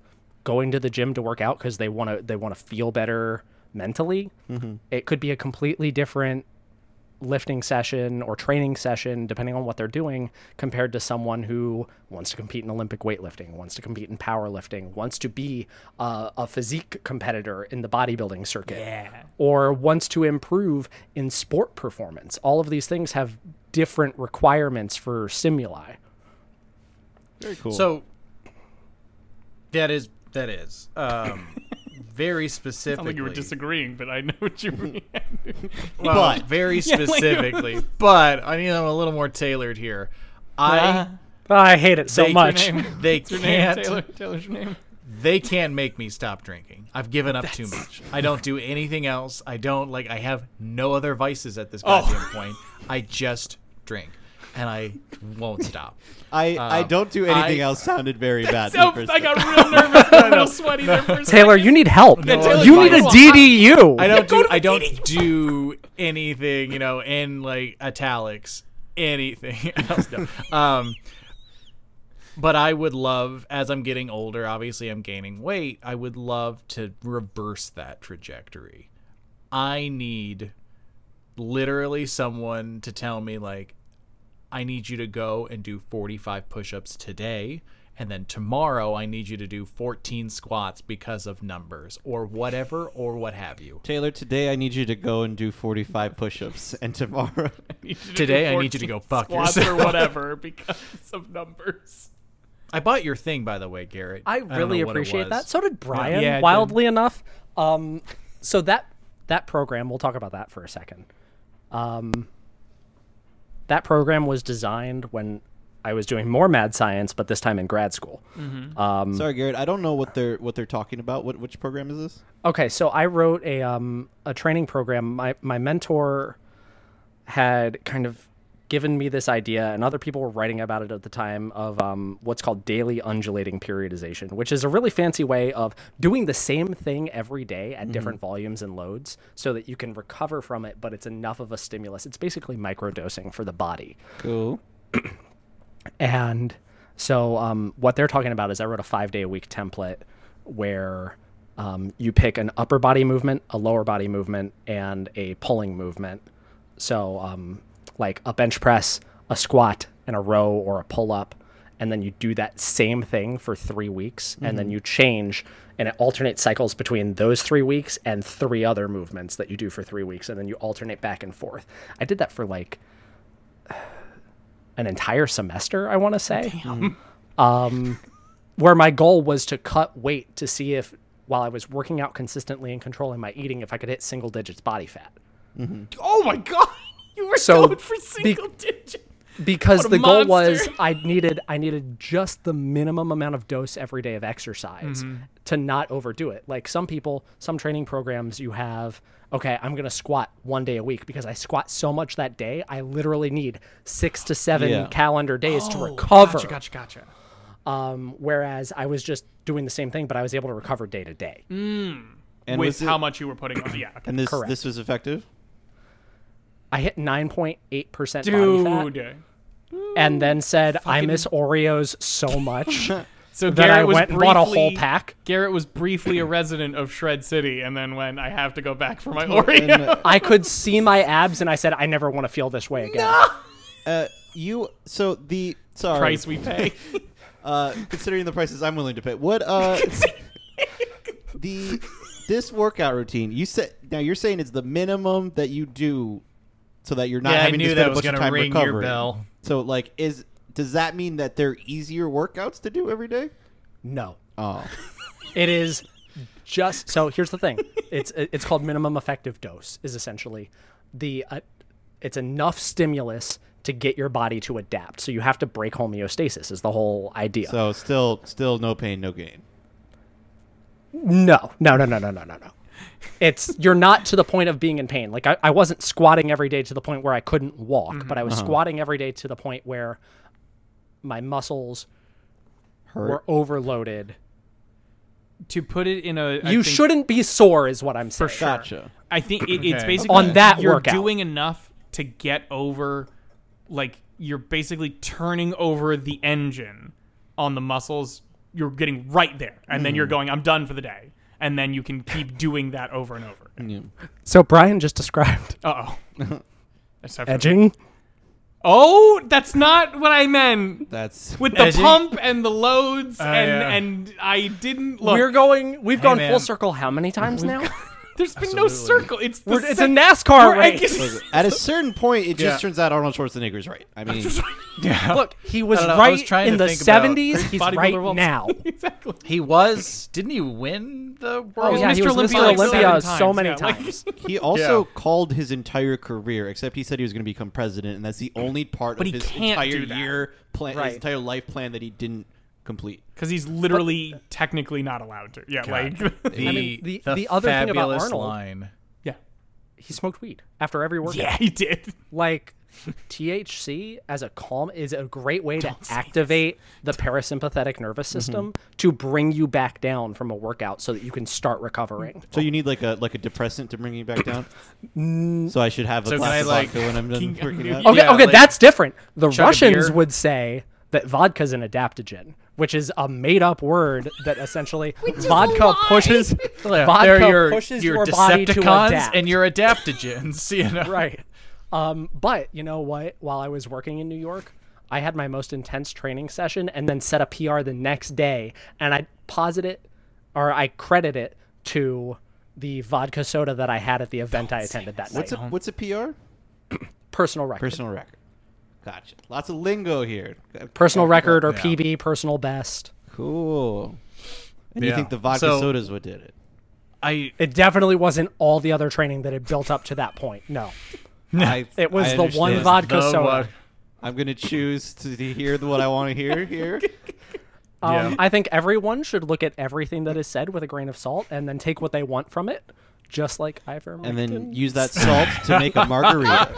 [SPEAKER 5] going to the gym to work out because they want to they want to feel better mentally, it could be a completely different lifting session or training session depending on what they're doing compared to someone who wants to compete in olympic weightlifting wants to compete in powerlifting wants to be uh, a physique competitor in the bodybuilding circuit
[SPEAKER 3] yeah.
[SPEAKER 5] or wants to improve in sport performance. All of these things have different requirements for stimuli.
[SPEAKER 4] Very cool.
[SPEAKER 2] So that is that is [laughs] um, very specifically.
[SPEAKER 3] Sound like you were disagreeing, but I know what you mean.
[SPEAKER 2] Well, [laughs]
[SPEAKER 4] But-
[SPEAKER 2] very
[SPEAKER 3] like-
[SPEAKER 2] specifically. but I need them a little more tailored here. I
[SPEAKER 5] Oh, I hate it so
[SPEAKER 2] They-
[SPEAKER 5] much.
[SPEAKER 3] your name.
[SPEAKER 2] they
[SPEAKER 3] It's your name,
[SPEAKER 2] can't
[SPEAKER 3] Taylor. Taylor's your name.
[SPEAKER 2] they can't make me stop drinking. I've given up too much. I don't do anything else. I don't like I have no other vices at this
[SPEAKER 3] Oh.
[SPEAKER 2] goddamn point. I just drink and I won't stop.
[SPEAKER 4] I, I don't do anything
[SPEAKER 2] I-
[SPEAKER 4] else. Sounded
[SPEAKER 3] [laughs]
[SPEAKER 4] very bad. in the
[SPEAKER 3] Oh,
[SPEAKER 4] first
[SPEAKER 3] uh, I got
[SPEAKER 4] sentence.
[SPEAKER 3] real nervous, got real sweaty there for a second.
[SPEAKER 5] Taylor, you need help.
[SPEAKER 3] No, Taylor,
[SPEAKER 5] you need a
[SPEAKER 3] fine.
[SPEAKER 5] DDU.
[SPEAKER 2] I don't do I don't do anything, you know, in like italics, anything [laughs] else. No. Um but I would love as I'm getting older, obviously I'm gaining weight, I would love to reverse that trajectory. I need literally someone to tell me like I need you to go and do 45 push-ups today and then tomorrow I need you to do 14 squats because of numbers or whatever or what have you.
[SPEAKER 4] Taylor, today I need you to go and do 45 push-ups, [laughs] and tomorrow.
[SPEAKER 3] You should do
[SPEAKER 2] Today, I need you to
[SPEAKER 3] 14
[SPEAKER 2] go fuck
[SPEAKER 3] squats
[SPEAKER 2] yourself.
[SPEAKER 3] or whatever because of numbers.
[SPEAKER 2] I bought your thing, by the way, Garrett.
[SPEAKER 5] I
[SPEAKER 2] don't
[SPEAKER 5] really
[SPEAKER 2] know what it
[SPEAKER 5] appreciate
[SPEAKER 2] was.
[SPEAKER 5] that. So did Brian,
[SPEAKER 3] Yeah, I did.
[SPEAKER 5] wildly enough. Um, so that that program, we'll talk about that for a second. Um, that program was designed when I was doing more mad science, but this time in grad school. Um,
[SPEAKER 4] Sorry, Garrett. I don't know what they're what they're talking about. What which program is this?
[SPEAKER 5] Okay, so I wrote a um a training program. My my mentor had kind of given me this idea, and other people were writing about it at the time of um what's called daily undulating periodization, which is a really fancy way of doing the same thing every day at different volumes and loads, so that you can recover from it, but it's enough of a stimulus. It's basically microdosing for the body.
[SPEAKER 4] Cool.
[SPEAKER 5] And so, um, what they're talking about is I wrote a five day a week template where um, you pick an upper body movement, a lower body movement, and a pulling movement. So, um, like a bench press, a squat, and a row or a pull up. and then you do that same thing for three weeks, and then you change, and it alternates cycles between those three weeks and three other movements that you do for three weeks, and then you alternate back and forth. I did that for like an entire semester, I want to say. Um, where my goal was to cut weight to see if, while I was working out consistently and controlling my eating, if I could hit single digits body fat.
[SPEAKER 3] Oh my god, [laughs] you were
[SPEAKER 5] So,
[SPEAKER 3] going for
[SPEAKER 5] be-
[SPEAKER 3] single digit.
[SPEAKER 5] because
[SPEAKER 3] What a
[SPEAKER 5] the goal was
[SPEAKER 3] monster.
[SPEAKER 5] I needed I needed just the minimum amount of dose every day of exercise
[SPEAKER 3] Mm-hmm.
[SPEAKER 5] to not overdo it. Like some people, some training programs you have, okay, I'm going to squat one day a week because I squat so much that day, I literally need 6 to 7
[SPEAKER 4] Yeah.
[SPEAKER 5] calendar days to recover.
[SPEAKER 3] Oh, Gotcha, gotcha, gotcha.
[SPEAKER 5] Um whereas I was just doing the same thing but I was able to recover day to day.
[SPEAKER 3] Mm.
[SPEAKER 4] And
[SPEAKER 3] With
[SPEAKER 4] was it-
[SPEAKER 3] how much you were putting on, yeah. okay.
[SPEAKER 4] And this
[SPEAKER 5] Correct.
[SPEAKER 4] this was
[SPEAKER 3] [laughs]
[SPEAKER 4] effective.
[SPEAKER 5] I hit 9.8% body fat
[SPEAKER 3] [clears throat] Dude,
[SPEAKER 5] and then said I miss Oreos so
[SPEAKER 3] [laughs]
[SPEAKER 5] much
[SPEAKER 3] so
[SPEAKER 5] that
[SPEAKER 3] Garrett
[SPEAKER 5] I
[SPEAKER 3] was
[SPEAKER 5] went and bought a whole
[SPEAKER 3] briefly-
[SPEAKER 5] pack.
[SPEAKER 3] Garrett was briefly a resident of Shred City, and then when I have to go back for my
[SPEAKER 4] And,
[SPEAKER 3] Oreo.
[SPEAKER 4] uh,
[SPEAKER 5] I could see my abs, and I said, I never want to feel this way again.
[SPEAKER 4] uh, you so the sorry
[SPEAKER 3] [laughs] Price we pay.
[SPEAKER 4] uh, considering the prices I'm willing to pay. What uh, the this workout routine? You said now you're saying it's the minimum that you do, so that you're not
[SPEAKER 2] Yeah, I
[SPEAKER 4] having
[SPEAKER 2] knew
[SPEAKER 4] to spend
[SPEAKER 2] that
[SPEAKER 4] a
[SPEAKER 2] was
[SPEAKER 4] bunch of
[SPEAKER 2] gonna
[SPEAKER 4] time
[SPEAKER 2] ring your
[SPEAKER 4] recovering.
[SPEAKER 2] bell.
[SPEAKER 4] So like, is does that mean that they're easier workouts to do every day?
[SPEAKER 5] No,
[SPEAKER 4] Oh,
[SPEAKER 5] it is just so. Here's the thing: it's it's called minimum effective dose. Is essentially the uh, it's enough stimulus to get your body to adapt. So you have to break homeostasis. Is the whole idea?
[SPEAKER 4] so still still no pain, no gain.
[SPEAKER 5] No, no, no, no, no, no, no, no. It's you're not to the point of being in pain. Like I, I wasn't squatting every day to the point where I couldn't walk, but I was squatting every day to the point where my muscles were overloaded.
[SPEAKER 3] [laughs] to put it in a, I
[SPEAKER 5] you
[SPEAKER 3] think-
[SPEAKER 5] shouldn't be sore, is what I'm saying.
[SPEAKER 3] sure.
[SPEAKER 4] Gotcha.
[SPEAKER 3] I think it, it's
[SPEAKER 2] Okay.
[SPEAKER 3] basically
[SPEAKER 5] On that
[SPEAKER 3] you're
[SPEAKER 5] workout.
[SPEAKER 3] doing enough to get over, like you're basically turning over the engine on the muscles. You're getting right there, and
[SPEAKER 2] Mm-hmm.
[SPEAKER 3] then you're going, "I'm done for the day," and then you can keep doing that over and over.
[SPEAKER 5] So Brian just described
[SPEAKER 2] Mm.
[SPEAKER 3] Uh oh.
[SPEAKER 2] [laughs]
[SPEAKER 3] That's tough.
[SPEAKER 5] edging.
[SPEAKER 3] Oh, that's not what I meant.
[SPEAKER 4] That's [laughs]
[SPEAKER 3] With the
[SPEAKER 2] Edging?
[SPEAKER 3] pump and the loads, and
[SPEAKER 2] Oh, yeah.
[SPEAKER 3] and I didn't look.
[SPEAKER 5] We're going. We've gone
[SPEAKER 2] man.
[SPEAKER 5] full circle. How many times now?
[SPEAKER 3] There's been no circle. It's the
[SPEAKER 5] We're- it's a
[SPEAKER 3] sec-
[SPEAKER 5] NASCAR
[SPEAKER 3] we're- I
[SPEAKER 5] race. [laughs]
[SPEAKER 3] guess-
[SPEAKER 4] at a certain point, it just
[SPEAKER 2] Yeah.
[SPEAKER 4] turns out Arnold Schwarzenegger's right.
[SPEAKER 2] [laughs]
[SPEAKER 4] I mean,
[SPEAKER 5] Look, he was
[SPEAKER 2] I don't know, I
[SPEAKER 5] right
[SPEAKER 2] was trying
[SPEAKER 5] in
[SPEAKER 2] to
[SPEAKER 5] the
[SPEAKER 2] think about-
[SPEAKER 5] 70s. He's
[SPEAKER 3] Bodybuilder
[SPEAKER 5] right [laughs]
[SPEAKER 3] World-
[SPEAKER 5] now.
[SPEAKER 3] exactly.
[SPEAKER 2] He was. Didn't he win the world?
[SPEAKER 5] Oh, yeah,
[SPEAKER 3] Mr.
[SPEAKER 5] he was
[SPEAKER 3] Olympia
[SPEAKER 5] Mr.
[SPEAKER 3] like
[SPEAKER 5] Olympia
[SPEAKER 3] seven
[SPEAKER 5] so
[SPEAKER 3] times,
[SPEAKER 5] many
[SPEAKER 3] yeah, like-
[SPEAKER 5] times.
[SPEAKER 4] He also
[SPEAKER 2] Yeah.
[SPEAKER 4] called his entire career, except he said he was going to become president, and that's the only part
[SPEAKER 3] But
[SPEAKER 4] of
[SPEAKER 3] he
[SPEAKER 4] his
[SPEAKER 3] can't
[SPEAKER 4] entire
[SPEAKER 3] do that.
[SPEAKER 4] year plan,
[SPEAKER 5] Right.
[SPEAKER 4] his entire life plan that he didn't complete.
[SPEAKER 3] Because he's literally technically not allowed to. Yeah, like [laughs]
[SPEAKER 2] The,
[SPEAKER 5] I mean, the- the other thing about
[SPEAKER 2] fabulous
[SPEAKER 5] Arnold-
[SPEAKER 2] line.
[SPEAKER 3] yeah,
[SPEAKER 5] he smoked weed after every workout.
[SPEAKER 3] yeah, he did.
[SPEAKER 5] Like THC as a calm is a great way to activate the parasympathetic nervous system to bring you back down from a workout so that you can start recovering.
[SPEAKER 4] So you need like a like a depressant to bring you back down. so I should have a
[SPEAKER 2] So can I,
[SPEAKER 4] glass of
[SPEAKER 2] like,
[SPEAKER 4] vodka when I'm done
[SPEAKER 3] King-
[SPEAKER 4] working out. Oh,
[SPEAKER 5] Okay,
[SPEAKER 2] Yeah,
[SPEAKER 5] okay,
[SPEAKER 2] like,
[SPEAKER 5] that's different. The
[SPEAKER 2] a
[SPEAKER 5] Russians
[SPEAKER 2] beer.
[SPEAKER 5] would say that vodka's an adaptogen, which is a made-up word that essentially vodka pushes [laughs] vodka
[SPEAKER 2] They're your,
[SPEAKER 5] pushes
[SPEAKER 2] your,
[SPEAKER 5] your, body to
[SPEAKER 2] Decepticons
[SPEAKER 5] adapt.
[SPEAKER 2] and your adaptogens. [laughs] You know?
[SPEAKER 5] right. Um, but you know what? While I was working in New York, I had my most intense training session and then set a PR the next day. And I posit it or I credit it to the vodka soda that I had at the event I attended that
[SPEAKER 4] What's a
[SPEAKER 5] night.
[SPEAKER 4] what's a PR?
[SPEAKER 5] personal record.
[SPEAKER 4] Personal record. Gotcha. Lots of lingo here.
[SPEAKER 5] personal record or
[SPEAKER 2] Yeah.
[SPEAKER 5] PB, personal best.
[SPEAKER 4] Cool. And you
[SPEAKER 2] Yeah.
[SPEAKER 4] think the vodka
[SPEAKER 2] So-
[SPEAKER 4] soda is what did it?
[SPEAKER 2] I
[SPEAKER 5] It definitely wasn't all the other training that had built up to that point. No.
[SPEAKER 4] I,
[SPEAKER 5] It was
[SPEAKER 4] I
[SPEAKER 5] the one
[SPEAKER 4] understand.
[SPEAKER 5] vodka
[SPEAKER 2] No,
[SPEAKER 5] soda.
[SPEAKER 2] uh,
[SPEAKER 4] I'm gonna choose to hear what I want to hear here.
[SPEAKER 5] Um,
[SPEAKER 2] Yeah.
[SPEAKER 5] I think everyone should look at everything that is said with a grain of salt and then take what they want from it, just like ivermectin.
[SPEAKER 4] and then use that salt to make
[SPEAKER 2] [laughs]
[SPEAKER 4] a margarita.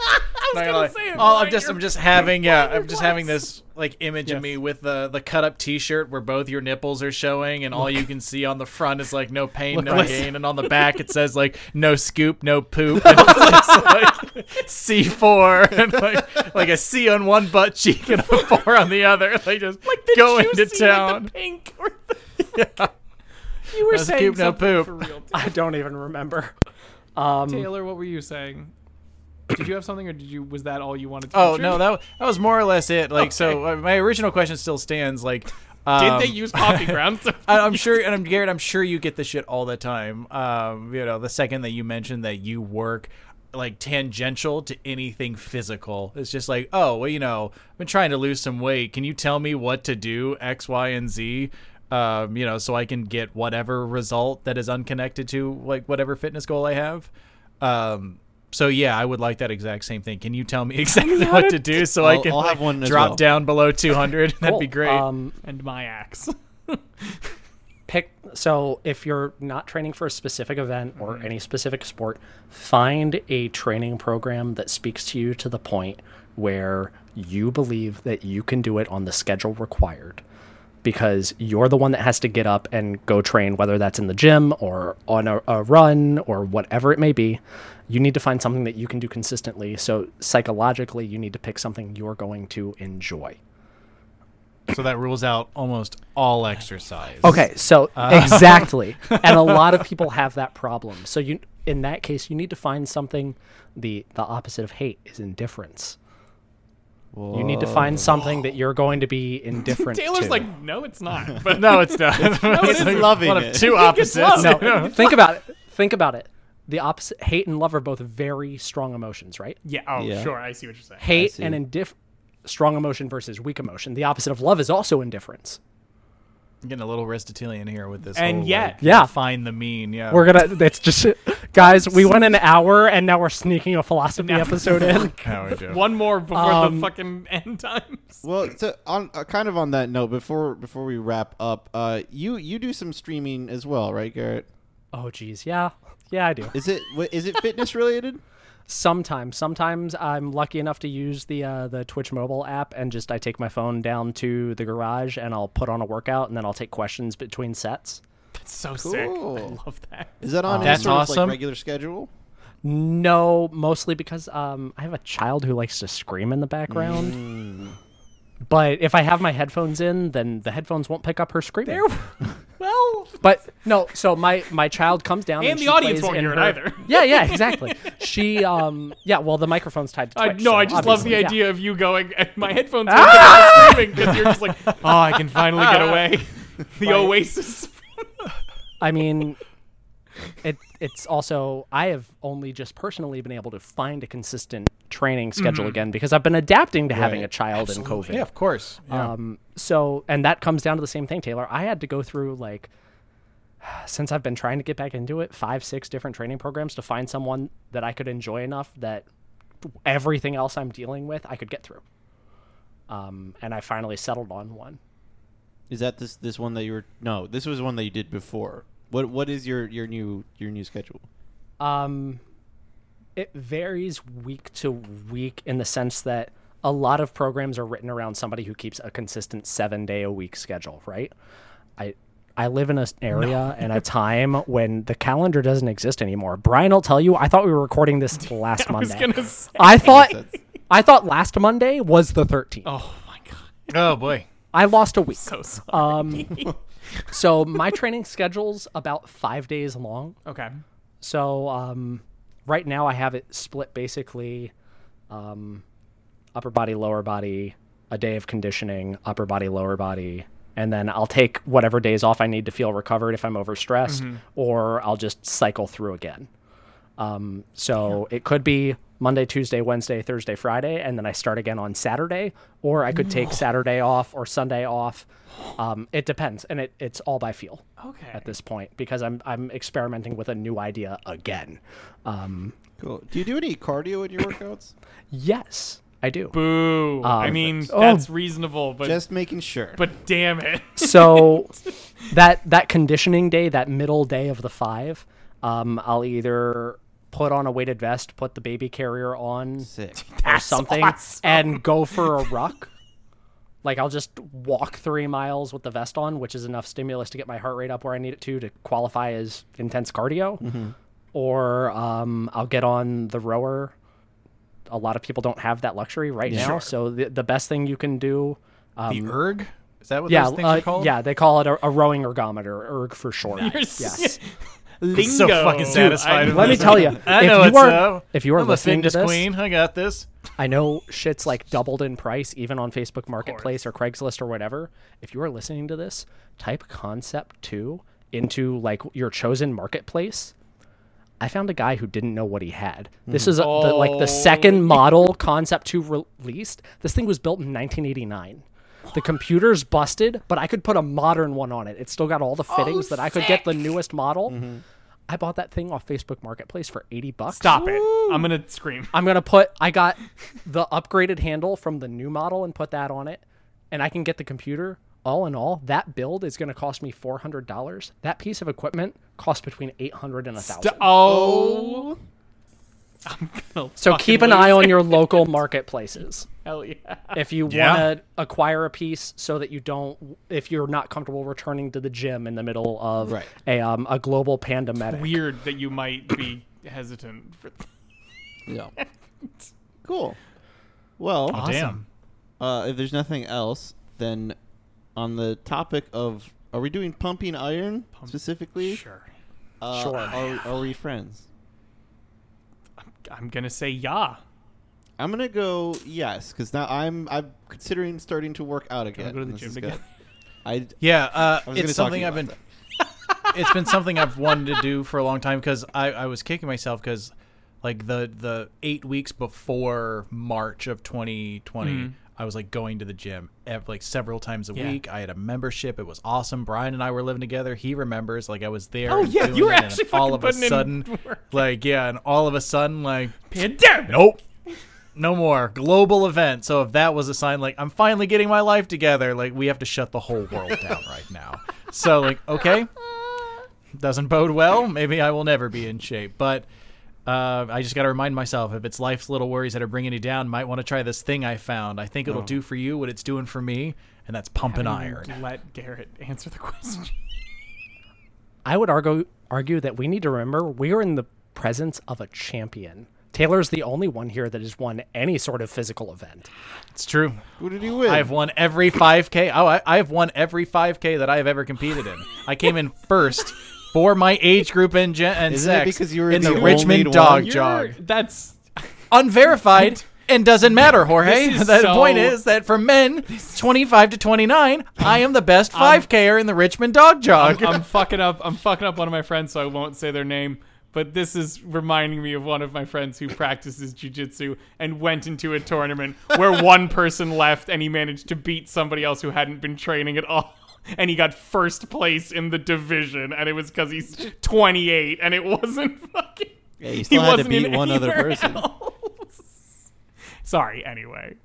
[SPEAKER 2] I
[SPEAKER 3] gonna say it,
[SPEAKER 2] oh, I'm
[SPEAKER 3] why
[SPEAKER 2] just
[SPEAKER 3] you're-
[SPEAKER 2] I'm just having yeah,
[SPEAKER 3] you're
[SPEAKER 2] I'm just having
[SPEAKER 3] blessed.
[SPEAKER 2] this like image of me with the the cut up T-shirt where both your nipples are showing, and all you can see on the front is like no pain, no
[SPEAKER 3] listen.
[SPEAKER 2] gain, and on the back it says like no scoop, no
[SPEAKER 3] [laughs]
[SPEAKER 2] poop, and it's just, like C four [laughs] and like like a C on one butt cheek and a four on the other, like just
[SPEAKER 3] Like the
[SPEAKER 2] going to
[SPEAKER 3] juicy, like, the
[SPEAKER 2] town. [laughs]
[SPEAKER 3] pink or the. You were
[SPEAKER 2] Let's
[SPEAKER 3] saying
[SPEAKER 2] keep no
[SPEAKER 3] something
[SPEAKER 2] poop.
[SPEAKER 3] for real,
[SPEAKER 5] I don't even remember.
[SPEAKER 3] Taylor. What were you saying? did you have something, or did you? Was that all you wanted? to
[SPEAKER 2] Oh no,
[SPEAKER 3] contribute?
[SPEAKER 2] that that was more or less it. Like so,
[SPEAKER 3] Okay.
[SPEAKER 2] uh, my original question still stands. Like,
[SPEAKER 3] Did
[SPEAKER 2] um,
[SPEAKER 3] they use coffee grounds?
[SPEAKER 2] [laughs] I, I'm sure, and I'm Garrett. I'm sure you get this shit all the time. Um, you know, the second that you mention that you work like tangential to anything physical, it's just like, oh, well, you know, I've been trying to lose some weight. Can you tell me what to do X, Y, and Z? Um, you know, so I can get whatever result that is unconnected to like whatever fitness goal I have. Um, so yeah, I would like that exact same thing. Can you tell me [laughs] exactly what to do so I
[SPEAKER 4] I'll-
[SPEAKER 2] can
[SPEAKER 4] I'll have
[SPEAKER 2] like,
[SPEAKER 4] one as
[SPEAKER 2] drop
[SPEAKER 4] well.
[SPEAKER 2] down below 200? [laughs] That'd be
[SPEAKER 5] Cool.
[SPEAKER 2] great.
[SPEAKER 5] Um,
[SPEAKER 3] and my axe.
[SPEAKER 5] pick so if you're not training for a specific event or any specific sport find a training program that speaks to you to the point where you believe that you can do it on the schedule required because you're the one that has to get up and go train whether that's in the gym or on a, a run or whatever it may be you need to find something that you can do consistently so psychologically you need to pick something you're going to enjoy
[SPEAKER 2] So that rules out almost all exercise.
[SPEAKER 5] Okay, so exactly. and a lot of people have that problem. So you in that case you need to find something the the opposite of hate is indifference. You need to find something that you're going to be indifferent
[SPEAKER 3] Taylor's
[SPEAKER 5] to.
[SPEAKER 3] like, no, it's
[SPEAKER 2] [laughs]
[SPEAKER 3] not. But
[SPEAKER 2] No, it's
[SPEAKER 3] [laughs]
[SPEAKER 2] not.
[SPEAKER 4] [laughs] He's loving
[SPEAKER 2] one
[SPEAKER 4] it.
[SPEAKER 2] of
[SPEAKER 4] [laughs]
[SPEAKER 2] two opposites.
[SPEAKER 5] no, think about it. Think about it. The opposite hate and love are both very strong emotions, right?
[SPEAKER 3] yeah, oh
[SPEAKER 4] Yeah.
[SPEAKER 3] sure, I see what you're saying.
[SPEAKER 5] Hate
[SPEAKER 4] see.
[SPEAKER 5] and indiff strong emotion versus weak emotion. The opposite of love is also indifference.
[SPEAKER 2] I'm getting a little Aristotelian here with this.
[SPEAKER 3] And
[SPEAKER 2] whole,
[SPEAKER 3] yet-
[SPEAKER 2] like,
[SPEAKER 5] Yeah.
[SPEAKER 2] find the mean. Yeah,
[SPEAKER 5] We're gonna. That's just, [laughs] guys. We went an hour, and now we're sneaking a philosophy episode in.
[SPEAKER 2] how we do.
[SPEAKER 3] One more before
[SPEAKER 5] Um,
[SPEAKER 3] the fucking end times.
[SPEAKER 4] Well, so on uh, kind of on that note, before before we wrap up, uh, you you do some streaming as well, right, Garrett?
[SPEAKER 5] Oh, geez, yeah, yeah, I do.
[SPEAKER 4] Is it wha- is it fitness related?
[SPEAKER 5] Sometimes, sometimes I'm lucky enough to use the uh, the Twitch mobile app, and just I take my phone down to the garage, and I'll put on a workout, and then I'll take questions between sets.
[SPEAKER 3] That's so sick.
[SPEAKER 4] Cool.
[SPEAKER 3] I love that.
[SPEAKER 4] Is that on any
[SPEAKER 2] Uh, That's
[SPEAKER 4] sort of
[SPEAKER 2] awesome.
[SPEAKER 4] like regular schedule?
[SPEAKER 5] No, mostly because um, I have a child who likes to scream in the background.
[SPEAKER 3] Mm.
[SPEAKER 5] But if I have my headphones in, then the headphones won't pick up her screaming.
[SPEAKER 3] [laughs] Well,
[SPEAKER 5] But no, so my my child comes down, and,
[SPEAKER 3] And the
[SPEAKER 5] she
[SPEAKER 3] audience
[SPEAKER 5] plays
[SPEAKER 3] won't
[SPEAKER 5] in
[SPEAKER 3] hear it
[SPEAKER 5] her-
[SPEAKER 3] either.
[SPEAKER 5] Yeah, yeah, exactly. she, um, yeah. Well, the microphone's tied to
[SPEAKER 3] I,
[SPEAKER 5] Twitch.
[SPEAKER 3] no,
[SPEAKER 5] so
[SPEAKER 3] I just love
[SPEAKER 5] obviously,
[SPEAKER 3] the
[SPEAKER 5] yeah.
[SPEAKER 3] idea of you going and my headphones are screaming because you're just like, oh, I can finally get away. [laughs] The oasis.
[SPEAKER 5] I mean, it it's also I have only just personally been able to find a consistent training schedule again because I've been adapting to having a child in COVID.
[SPEAKER 2] Mm-hmm. yeah, of course. Yeah.
[SPEAKER 5] Um, so and that comes down to the same thing, Taylor. I had to go through like [sighs] since I've been trying to get back into it, five, six different training programs to find someone that I could enjoy enough that everything else I'm dealing with I could get through. Um, and I finally settled on one.
[SPEAKER 4] Is that this this one that you were? No, this was one that you did before. What what is your your new your new schedule?
[SPEAKER 5] Um, it varies week to week in the sense that a lot of programs are written around somebody who keeps a consistent seven day a week schedule, right? I I live in an area
[SPEAKER 3] [laughs]
[SPEAKER 5] and a time when the calendar doesn't exist anymore. Brian will tell you. I thought we were recording
[SPEAKER 3] [laughs]
[SPEAKER 5] this last
[SPEAKER 3] I was
[SPEAKER 5] Monday.
[SPEAKER 3] gonna say.
[SPEAKER 5] I thought I thought last Monday was the 13th.
[SPEAKER 3] Oh my god,
[SPEAKER 2] oh boy.
[SPEAKER 5] I lost a week. Um,
[SPEAKER 3] so sorry.
[SPEAKER 5] Uh,
[SPEAKER 3] [laughs]
[SPEAKER 5] So my training schedule's about five days long.
[SPEAKER 3] okay.
[SPEAKER 5] So um, right now I have it split basically um, upper body, lower body, a day of conditioning, upper body, lower body. And then I'll take whatever days off I need to feel recovered if I'm overstressed, or I'll just cycle through again. Um, so it could be Monday, Tuesday, Wednesday, Thursday, Friday, and then I start again on Saturday, or I could take Saturday off or Sunday off. Um, it depends, and it, it's all by feel
[SPEAKER 3] Okay.
[SPEAKER 5] at this point because I'm I'm experimenting with a new idea again. Um,
[SPEAKER 4] Cool. Do you do any cardio in your workouts?
[SPEAKER 5] yes, I do.
[SPEAKER 3] Boo. I
[SPEAKER 5] Um,
[SPEAKER 3] mean,
[SPEAKER 5] Oh.
[SPEAKER 3] that's reasonable, but
[SPEAKER 4] Just making sure.
[SPEAKER 3] but damn it.
[SPEAKER 5] So that that conditioning day, that middle day of the five, um, I'll either put on a weighted vest, put the baby carrier
[SPEAKER 2] [laughs]
[SPEAKER 5] on
[SPEAKER 4] sick.
[SPEAKER 5] or something, and go for a ruck. Like I'll just walk three miles with the vest on, which is enough stimulus to get my heart rate up where I need it to to qualify as intense cardio.
[SPEAKER 2] Mm-hmm.
[SPEAKER 5] Or um, I'll get on the rower. A lot of people don't have that luxury right now, so the, the best thing you can do, um,
[SPEAKER 2] The erg. Is that what
[SPEAKER 5] yeah,
[SPEAKER 2] those things
[SPEAKER 5] uh,
[SPEAKER 2] are called? [laughs]
[SPEAKER 5] yeah, they call it a, a rowing ergometer, erg er, for short.
[SPEAKER 3] You're s-
[SPEAKER 5] Yes.
[SPEAKER 3] Lingo.
[SPEAKER 2] so fucking satisfied.
[SPEAKER 3] I-
[SPEAKER 2] with
[SPEAKER 5] Let me
[SPEAKER 2] this.
[SPEAKER 5] tell you,
[SPEAKER 2] I
[SPEAKER 5] if
[SPEAKER 2] know
[SPEAKER 5] you
[SPEAKER 2] it's
[SPEAKER 5] are-
[SPEAKER 2] up.
[SPEAKER 5] if you are
[SPEAKER 2] I'm
[SPEAKER 5] listening
[SPEAKER 2] a
[SPEAKER 5] to
[SPEAKER 2] fitness
[SPEAKER 5] this-
[SPEAKER 2] queen. I got this.
[SPEAKER 5] I know shit's like doubled in price, even on Facebook Marketplace or Craigslist or whatever. If you are listening to this, type concept two into like your chosen marketplace. I found a guy who didn't know what he had. This is a, the, like the second model concept two re- released. This thing was built in 1989. The computer's busted, but I could put a modern one on it. It's still got all the fittings that I could get the newest model. I bought that thing off Facebook Marketplace for 80 bucks.
[SPEAKER 3] Stop it. I'm going to scream.
[SPEAKER 5] I'm gonna put I got the upgraded handle from the new model and put that on it, and I can get the computer. All in all, that build is gonna cost me four hundred dollars. That piece of equipment costs between eight hundred and a thousand.
[SPEAKER 3] Oh.
[SPEAKER 5] So keep an eye on your local marketplaces
[SPEAKER 3] Hell yeah.
[SPEAKER 5] if you
[SPEAKER 2] Yeah.
[SPEAKER 5] want to acquire a piece, so that you don't if you're not comfortable returning to the gym in the middle of
[SPEAKER 4] Right.
[SPEAKER 5] a um, a global pandemic.
[SPEAKER 3] Weird that you might be hesitant. For...
[SPEAKER 4] Yeah. cool. Well,
[SPEAKER 2] Oh, Damn.
[SPEAKER 4] uh, if there's nothing else, then on the topic of are we doing pumping iron specifically?
[SPEAKER 3] Sure.
[SPEAKER 4] Uh,
[SPEAKER 5] Sure.
[SPEAKER 4] Are, are we friends?
[SPEAKER 3] I'm going to say yeah.
[SPEAKER 4] I'm gonna go yes because now I'm I'm considering starting to work out again.
[SPEAKER 3] go to the
[SPEAKER 4] This
[SPEAKER 3] gym
[SPEAKER 4] is
[SPEAKER 3] again?
[SPEAKER 4] good. I
[SPEAKER 2] Yeah, uh,
[SPEAKER 4] was gonna talk to
[SPEAKER 2] it's something
[SPEAKER 4] you
[SPEAKER 2] I've been. [laughs]
[SPEAKER 4] about
[SPEAKER 2] it's been something I've wanted to do for a long time because I, I was kicking myself because, like the the eight weeks before March of 2020, I was like going to the gym ev- like several times a
[SPEAKER 3] Mm-hmm. Yeah.
[SPEAKER 2] week. I had a membership; it was awesome. Brian and I were living together. He remembers like I was there.
[SPEAKER 3] Oh,
[SPEAKER 2] and
[SPEAKER 3] yeah,
[SPEAKER 2] doing
[SPEAKER 3] you were
[SPEAKER 2] it, and
[SPEAKER 3] actually
[SPEAKER 2] all
[SPEAKER 3] fucking
[SPEAKER 2] of a
[SPEAKER 3] putting in
[SPEAKER 2] sudden,
[SPEAKER 3] work.
[SPEAKER 2] like yeah, and all of a sudden like
[SPEAKER 3] Pandemic.
[SPEAKER 2] nope. No more global event. So if that was a sign, like I'm finally getting my life together, like we have to shut the whole world down right now. So like, okay, doesn't bode well. Maybe I will never be in shape, but uh, I just got to remind myself if it's life's little worries that are bringing you down, might want to try this thing I found. I think it'll do for you what it's doing for me, and that's pumping iron.
[SPEAKER 3] Let Garrett answer the [laughs] question.
[SPEAKER 5] I would argue argue that we need to remember we are in the presence of a champion. Taylor's the only one here that has won any sort of physical event.
[SPEAKER 2] It's true.
[SPEAKER 4] What did you win?
[SPEAKER 2] I've won every 5K. Oh, I, I've won every 5K that I've ever competed in. I came in first for my age group and, gen- and
[SPEAKER 4] Isn't it
[SPEAKER 2] sex
[SPEAKER 4] because you were
[SPEAKER 2] in
[SPEAKER 4] the
[SPEAKER 2] the,
[SPEAKER 4] only
[SPEAKER 2] Richmond
[SPEAKER 4] one?
[SPEAKER 2] Dog
[SPEAKER 4] You're-
[SPEAKER 3] [laughs]
[SPEAKER 2] Jog.
[SPEAKER 3] That's
[SPEAKER 2] Unverified and doesn't matter, Jorge.
[SPEAKER 3] This is
[SPEAKER 2] The
[SPEAKER 3] so-
[SPEAKER 2] point is that for men, 25 to 29, I am the best 5Ker in the Richmond Dog Jog.
[SPEAKER 4] [laughs]
[SPEAKER 3] I'm fucking up. I'm fucking up one of my friends, so I won't say their name. But this is reminding me of one of my friends who practices jujitsu and went into a tournament
[SPEAKER 4] [laughs]
[SPEAKER 3] where one person left and he managed to beat somebody else who hadn't been training at all. [laughs] And he got first place in the division, and it was because he's 28, and it wasn't [laughs] fucking.
[SPEAKER 4] Yeah, you still
[SPEAKER 3] he
[SPEAKER 4] had to
[SPEAKER 3] wasn't
[SPEAKER 4] beat
[SPEAKER 3] in
[SPEAKER 4] one other
[SPEAKER 3] anywhere
[SPEAKER 4] person.
[SPEAKER 3] else. [laughs] Sorry. Anyway,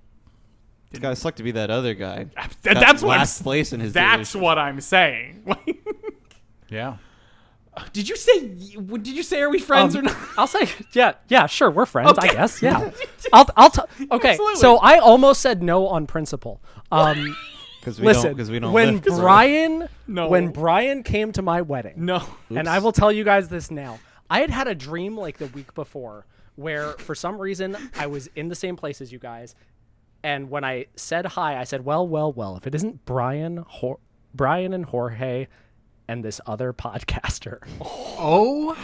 [SPEAKER 4] It's gotta suck to be that other guy.
[SPEAKER 3] That-
[SPEAKER 4] Got
[SPEAKER 3] that's what I'm-
[SPEAKER 4] last place in his.
[SPEAKER 3] that's
[SPEAKER 4] division.
[SPEAKER 3] what I'm saying. [laughs] Like,
[SPEAKER 2] yeah.
[SPEAKER 3] did you say? Did you say are we friends
[SPEAKER 5] Um,
[SPEAKER 3] or not?
[SPEAKER 5] I'll say, yeah, yeah, sure, we're friends, I
[SPEAKER 3] Okay.
[SPEAKER 5] guess. [laughs] Yeah, I'll, I'll, t- okay. So
[SPEAKER 3] Absolutely.
[SPEAKER 5] I almost said no on principle. Um,
[SPEAKER 4] Because we
[SPEAKER 5] listen,
[SPEAKER 4] don't. Because we don't.
[SPEAKER 5] when
[SPEAKER 4] lift, so-
[SPEAKER 5] Brian,
[SPEAKER 4] [laughs]
[SPEAKER 3] No.
[SPEAKER 5] when Brian came to my wedding,
[SPEAKER 3] [laughs] No.
[SPEAKER 5] And I will tell you guys this now. I had had a dream like the week before where for some reason I was in the same place as you guys. And when I said hi, I said, well, well, well, if it isn't Brian, Hor- Brian and Jorge and this other podcaster, [laughs]
[SPEAKER 2] Oh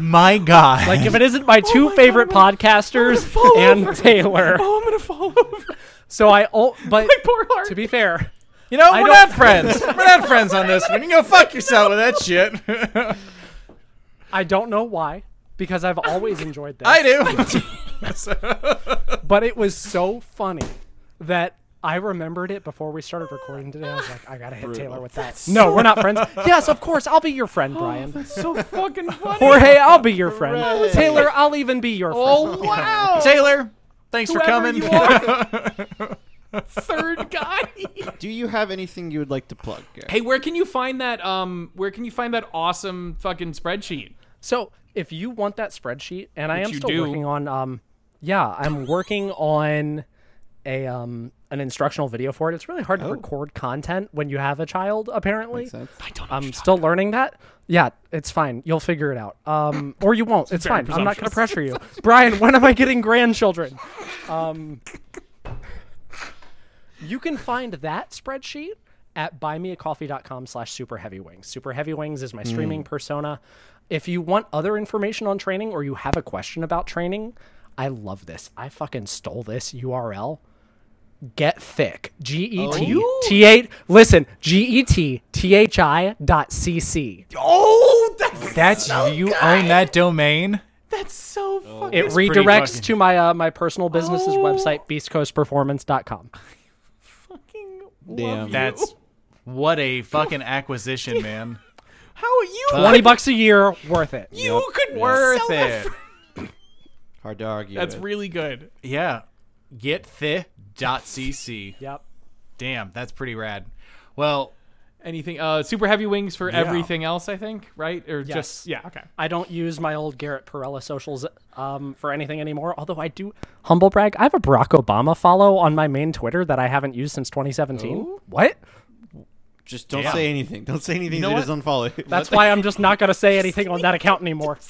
[SPEAKER 2] my God.
[SPEAKER 5] like if it isn't my two favorite podcasters and Taylor.
[SPEAKER 3] Oh, I'm gonna fall over. [laughs]
[SPEAKER 5] So I, oh, but
[SPEAKER 3] poor heart.
[SPEAKER 5] to be fair,
[SPEAKER 2] You know, we're
[SPEAKER 5] don't-
[SPEAKER 2] not friends. we're not friends on this one. You can go fuck yourself with that shit.
[SPEAKER 5] I don't know why because I've always enjoyed this.
[SPEAKER 2] I do.
[SPEAKER 5] but it was so funny that I remembered it before we started recording today. I was like, I gotta hit Taylor with that. No, we're not
[SPEAKER 3] [laughs]
[SPEAKER 5] friends. Yes, of course, I'll be your friend, Brian.
[SPEAKER 3] Oh, so [laughs] fucking
[SPEAKER 5] [laughs]
[SPEAKER 3] funny.
[SPEAKER 5] Jorge, I'll be your friend.
[SPEAKER 4] Hooray.
[SPEAKER 5] Taylor, I'll even be your friend.
[SPEAKER 3] oh wow.
[SPEAKER 2] Taylor, thanks for coming.
[SPEAKER 3] You are. [laughs] Third guy.
[SPEAKER 4] do you have anything you would like to plug? Garrett?
[SPEAKER 3] Hey, where can you find that? Um, where can you find that awesome fucking spreadsheet?
[SPEAKER 5] So if you want that spreadsheet, and I
[SPEAKER 3] Which
[SPEAKER 5] am
[SPEAKER 3] you
[SPEAKER 5] still
[SPEAKER 3] do.
[SPEAKER 5] working on, um, yeah, I'm working on a um an instructional video for it. It's really hard to
[SPEAKER 3] Oh.
[SPEAKER 5] record content when you have a child, apparently.
[SPEAKER 4] sense.
[SPEAKER 3] I don't. know.
[SPEAKER 5] I'm still learning that. Yeah, it's fine. You'll figure it out. Um, or you won't. It's
[SPEAKER 3] Very
[SPEAKER 5] fine. I'm not going to
[SPEAKER 3] presumptuous.
[SPEAKER 5] pressure you. Brian, when am I getting grandchildren? Um, you can find that spreadsheet at buymeacoffee.com slash super heavy wings. Super heavy wings is my streaming persona. If you want other information on training or you have a question about training, I love this. I fucking stole this URL. Get thick. G E T T A.
[SPEAKER 2] Oh.
[SPEAKER 5] Listen, G E T T H I dot C C.
[SPEAKER 1] Oh, that's
[SPEAKER 2] [laughs] That's you own that domain.
[SPEAKER 3] That's so fucking.
[SPEAKER 5] It
[SPEAKER 2] pretty
[SPEAKER 5] redirects
[SPEAKER 2] fucking- Oh.
[SPEAKER 5] to my uh, my personal business's website, beastcoastperformance.com.
[SPEAKER 4] Damn.
[SPEAKER 2] That's what a fucking acquisition, man.
[SPEAKER 3] How are
[SPEAKER 2] Uh,
[SPEAKER 3] you?
[SPEAKER 5] 20 bucks a year, worth it.
[SPEAKER 3] you could
[SPEAKER 2] Worth
[SPEAKER 3] sell that
[SPEAKER 2] it.
[SPEAKER 3] for-
[SPEAKER 4] Hard to argue.
[SPEAKER 3] That's
[SPEAKER 4] with.
[SPEAKER 3] really good.
[SPEAKER 2] Yeah. Get the dot cc.
[SPEAKER 5] Yep.
[SPEAKER 2] Damn, that's pretty rad. Well,
[SPEAKER 3] Anything? Uh, super heavy wings for everything else. I think right or just yeah. Okay.
[SPEAKER 5] I don't use my old Garrett Perella socials um, for anything anymore. Although I do humble brag, I have a Barack Obama follow on my main Twitter that I haven't used since 2017.
[SPEAKER 2] Oh.
[SPEAKER 5] What?
[SPEAKER 4] Just don't
[SPEAKER 2] Damn.
[SPEAKER 4] say anything. Don't say anything.
[SPEAKER 2] know what?
[SPEAKER 4] that is [laughs] unfollow. it.
[SPEAKER 5] That's why I'm just not gonna say anything on that
[SPEAKER 2] [laughs]
[SPEAKER 5] account anymore.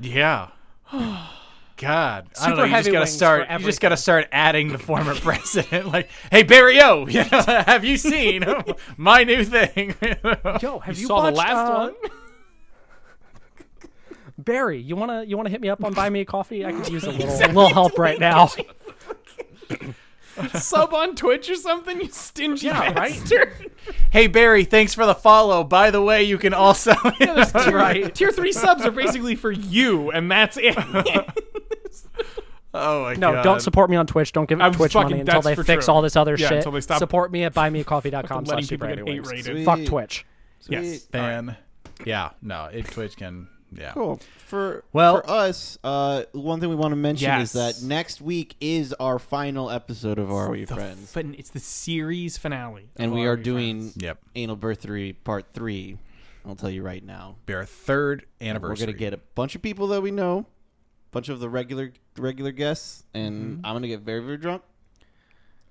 [SPEAKER 2] yeah. God, I don't
[SPEAKER 5] Super
[SPEAKER 2] know. You just
[SPEAKER 5] heavy
[SPEAKER 2] gotta
[SPEAKER 5] wings
[SPEAKER 2] start.
[SPEAKER 5] for
[SPEAKER 2] You just gotta start adding the former [laughs] president. Like, hey Barry O, [laughs] you know, have you seen [laughs] my new thing? [laughs]
[SPEAKER 5] Yo, have you,
[SPEAKER 3] saw
[SPEAKER 5] watched,
[SPEAKER 3] the last
[SPEAKER 5] uh,
[SPEAKER 3] one?
[SPEAKER 5] [laughs] Barry? You wanna you wanna hit me up on Buy Me a Coffee? I could use
[SPEAKER 3] [laughs]
[SPEAKER 5] a little little help
[SPEAKER 3] Oh
[SPEAKER 5] right now.
[SPEAKER 3] Sub on Twitch or something. You stingy
[SPEAKER 5] Yeah, right?
[SPEAKER 3] bastard.
[SPEAKER 2] hey Barry, thanks for the follow. By the way, you can also. [laughs]
[SPEAKER 5] right.
[SPEAKER 3] [laughs] Tier three subs are basically for you, and that's [laughs] it.
[SPEAKER 2] oh my
[SPEAKER 5] No,
[SPEAKER 2] god.
[SPEAKER 5] don't support me on Twitch. Don't give
[SPEAKER 3] I'm
[SPEAKER 5] Twitch
[SPEAKER 3] fucking-
[SPEAKER 5] money until
[SPEAKER 3] that's
[SPEAKER 5] they
[SPEAKER 3] for
[SPEAKER 5] fix
[SPEAKER 3] true.
[SPEAKER 5] all this other
[SPEAKER 3] Yeah,
[SPEAKER 5] shit.
[SPEAKER 3] until they stop-
[SPEAKER 5] Support me at buymeacoffee.com
[SPEAKER 3] letting
[SPEAKER 5] slash
[SPEAKER 3] people
[SPEAKER 5] super
[SPEAKER 3] get hate
[SPEAKER 5] anyways.
[SPEAKER 3] rated.
[SPEAKER 5] Fuck
[SPEAKER 4] Sweet.
[SPEAKER 5] Twitch.
[SPEAKER 3] Yes.
[SPEAKER 2] Fan. Yeah. No, it Twitch can. Yeah.
[SPEAKER 4] Cool. For
[SPEAKER 2] Well-
[SPEAKER 4] for us, uh, one thing we want to mention
[SPEAKER 3] Yes.
[SPEAKER 4] is that next week is our final episode of Are We Friends,
[SPEAKER 3] Fin- it's the series finale, of
[SPEAKER 4] and we
[SPEAKER 3] Are
[SPEAKER 4] are
[SPEAKER 3] We
[SPEAKER 4] doing
[SPEAKER 2] Yep.
[SPEAKER 4] anal birthery part three. I'll tell you right now,
[SPEAKER 2] Be our third
[SPEAKER 4] we're
[SPEAKER 2] anniversary.
[SPEAKER 4] gonna get a bunch of people that we know, bunch of the regular regular guests, and
[SPEAKER 3] Mm-hmm.
[SPEAKER 4] I'm gonna get very very drunk,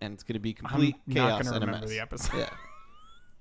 [SPEAKER 4] and it's gonna be complete
[SPEAKER 3] not
[SPEAKER 4] chaos
[SPEAKER 3] gonna
[SPEAKER 4] and a
[SPEAKER 3] remember
[SPEAKER 4] mess.
[SPEAKER 3] the episode.
[SPEAKER 4] Yeah.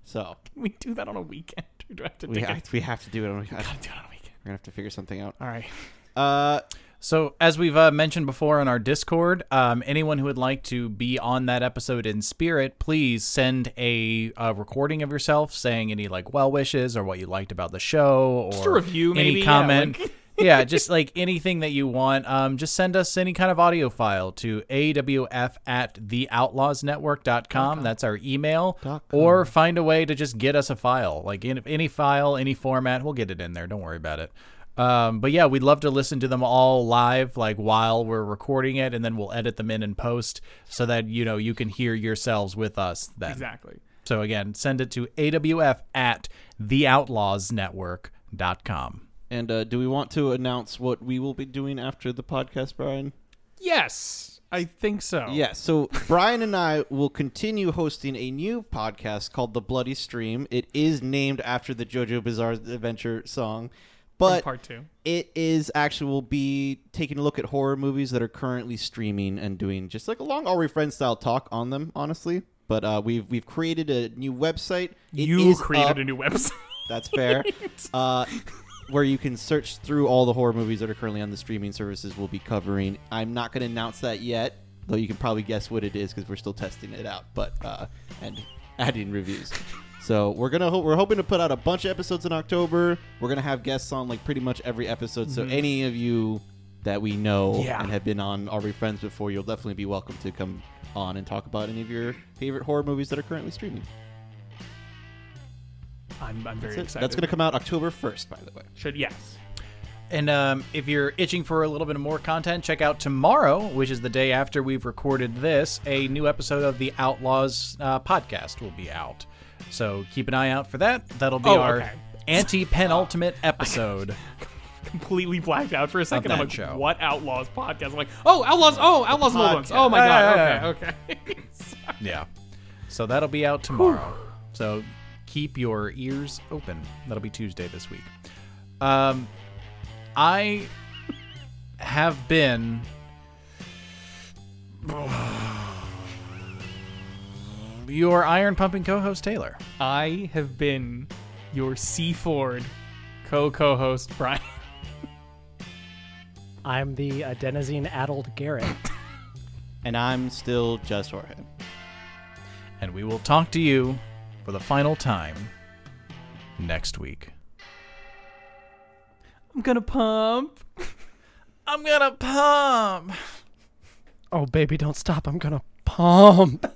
[SPEAKER 4] So
[SPEAKER 3] we do that on a weekend? [laughs] Or do I have to
[SPEAKER 4] we
[SPEAKER 3] take a-
[SPEAKER 4] have, we have to do it. Oh
[SPEAKER 3] [laughs]
[SPEAKER 4] my God.
[SPEAKER 3] gotta do it on a weekend.
[SPEAKER 4] We're gonna have to figure something out.
[SPEAKER 3] All right.
[SPEAKER 4] Uh,
[SPEAKER 2] So, as we've uh, mentioned before on our Discord, um, anyone who would like to be on that episode in spirit, please send a uh, recording of yourself saying any like well wishes or what you liked about the show or
[SPEAKER 3] a review,
[SPEAKER 2] any
[SPEAKER 3] maybe, yeah,
[SPEAKER 2] comment.
[SPEAKER 3] like-
[SPEAKER 2] [laughs] yeah, just like anything that you want. Um, just send us any kind of audio file to awf at theoutlawsnetwork.com. That's our email. Or find a way to just get us a file, like in, any file, any format. We'll get it in there. Don't worry about it. Um, but yeah, we'd love to listen to them all live, like while we're recording it, and then we'll edit them in and post so that you know you can hear yourselves with us then.
[SPEAKER 3] Exactly.
[SPEAKER 2] So again, send it to awf at theoutlawsnetwork.com.
[SPEAKER 4] and uh, do we want to announce what we will be doing after the podcast, Brian?
[SPEAKER 3] Yes, I think so.
[SPEAKER 4] Yeah, so Brian and I will continue hosting a new podcast called The Bloody Stream. It is named after the JoJo Bizarre Adventure song, but
[SPEAKER 3] part two.
[SPEAKER 4] It is actually will be taking a look at horror movies that are currently streaming and doing just like a long Are We Friends style talk on them, honestly. But uh, we've we've created a new website. It
[SPEAKER 3] you
[SPEAKER 4] is
[SPEAKER 3] created
[SPEAKER 4] up.
[SPEAKER 3] a new website. [laughs]
[SPEAKER 4] That's fair. uh, where you can search through all the horror movies that are currently on the streaming services we'll be covering. I'm not going to announce that yet, though you can probably guess what it is because we're still testing it out, but uh, and [laughs] adding reviews. So we're gonna ho- we're hoping to put out a bunch of episodes in October. We're gonna have guests on like pretty much every episode. So any of you that we know
[SPEAKER 3] Mm-hmm. Yeah.
[SPEAKER 4] and have been on Are We Friends before, you'll definitely be welcome to come on and talk about any of your favorite horror movies that are currently streaming.
[SPEAKER 3] I'm, I'm very excited.
[SPEAKER 4] That's gonna come out October first, by the way.
[SPEAKER 3] Should yes.
[SPEAKER 2] And um, if you're itching for a little bit more content, check out tomorrow, which is the day after we've recorded this. A new episode of the Outlaws uh, podcast will be out. So keep an eye out for that. That'll be
[SPEAKER 3] Oh,
[SPEAKER 2] our
[SPEAKER 3] okay.
[SPEAKER 2] anti penultimate
[SPEAKER 3] [laughs]
[SPEAKER 2] episode.
[SPEAKER 3] Completely blacked out for a second. I'm
[SPEAKER 2] that
[SPEAKER 3] like,
[SPEAKER 2] show.
[SPEAKER 3] what Outlaws podcast? I'm like, oh, Outlaws. Oh, Outlaws Love Ones. Oh my
[SPEAKER 2] Yeah,
[SPEAKER 3] god.
[SPEAKER 2] yeah,
[SPEAKER 3] okay. Okay.
[SPEAKER 2] yeah. So that'll be out tomorrow. so keep your ears open. That'll be Tuesday this week. Um, I have been. [sighs] Your iron pumping co host, Taylor.
[SPEAKER 3] I have been your C Ford co co-host Brian.
[SPEAKER 5] I'm the adenosine addled Garrett.
[SPEAKER 4] And I'm still just Jorge.
[SPEAKER 2] and we will talk to you for the final time next week.
[SPEAKER 3] I'm gonna [laughs] pump.
[SPEAKER 2] I'm gonna pump.
[SPEAKER 5] Oh, baby, don't stop. I'm going to pump.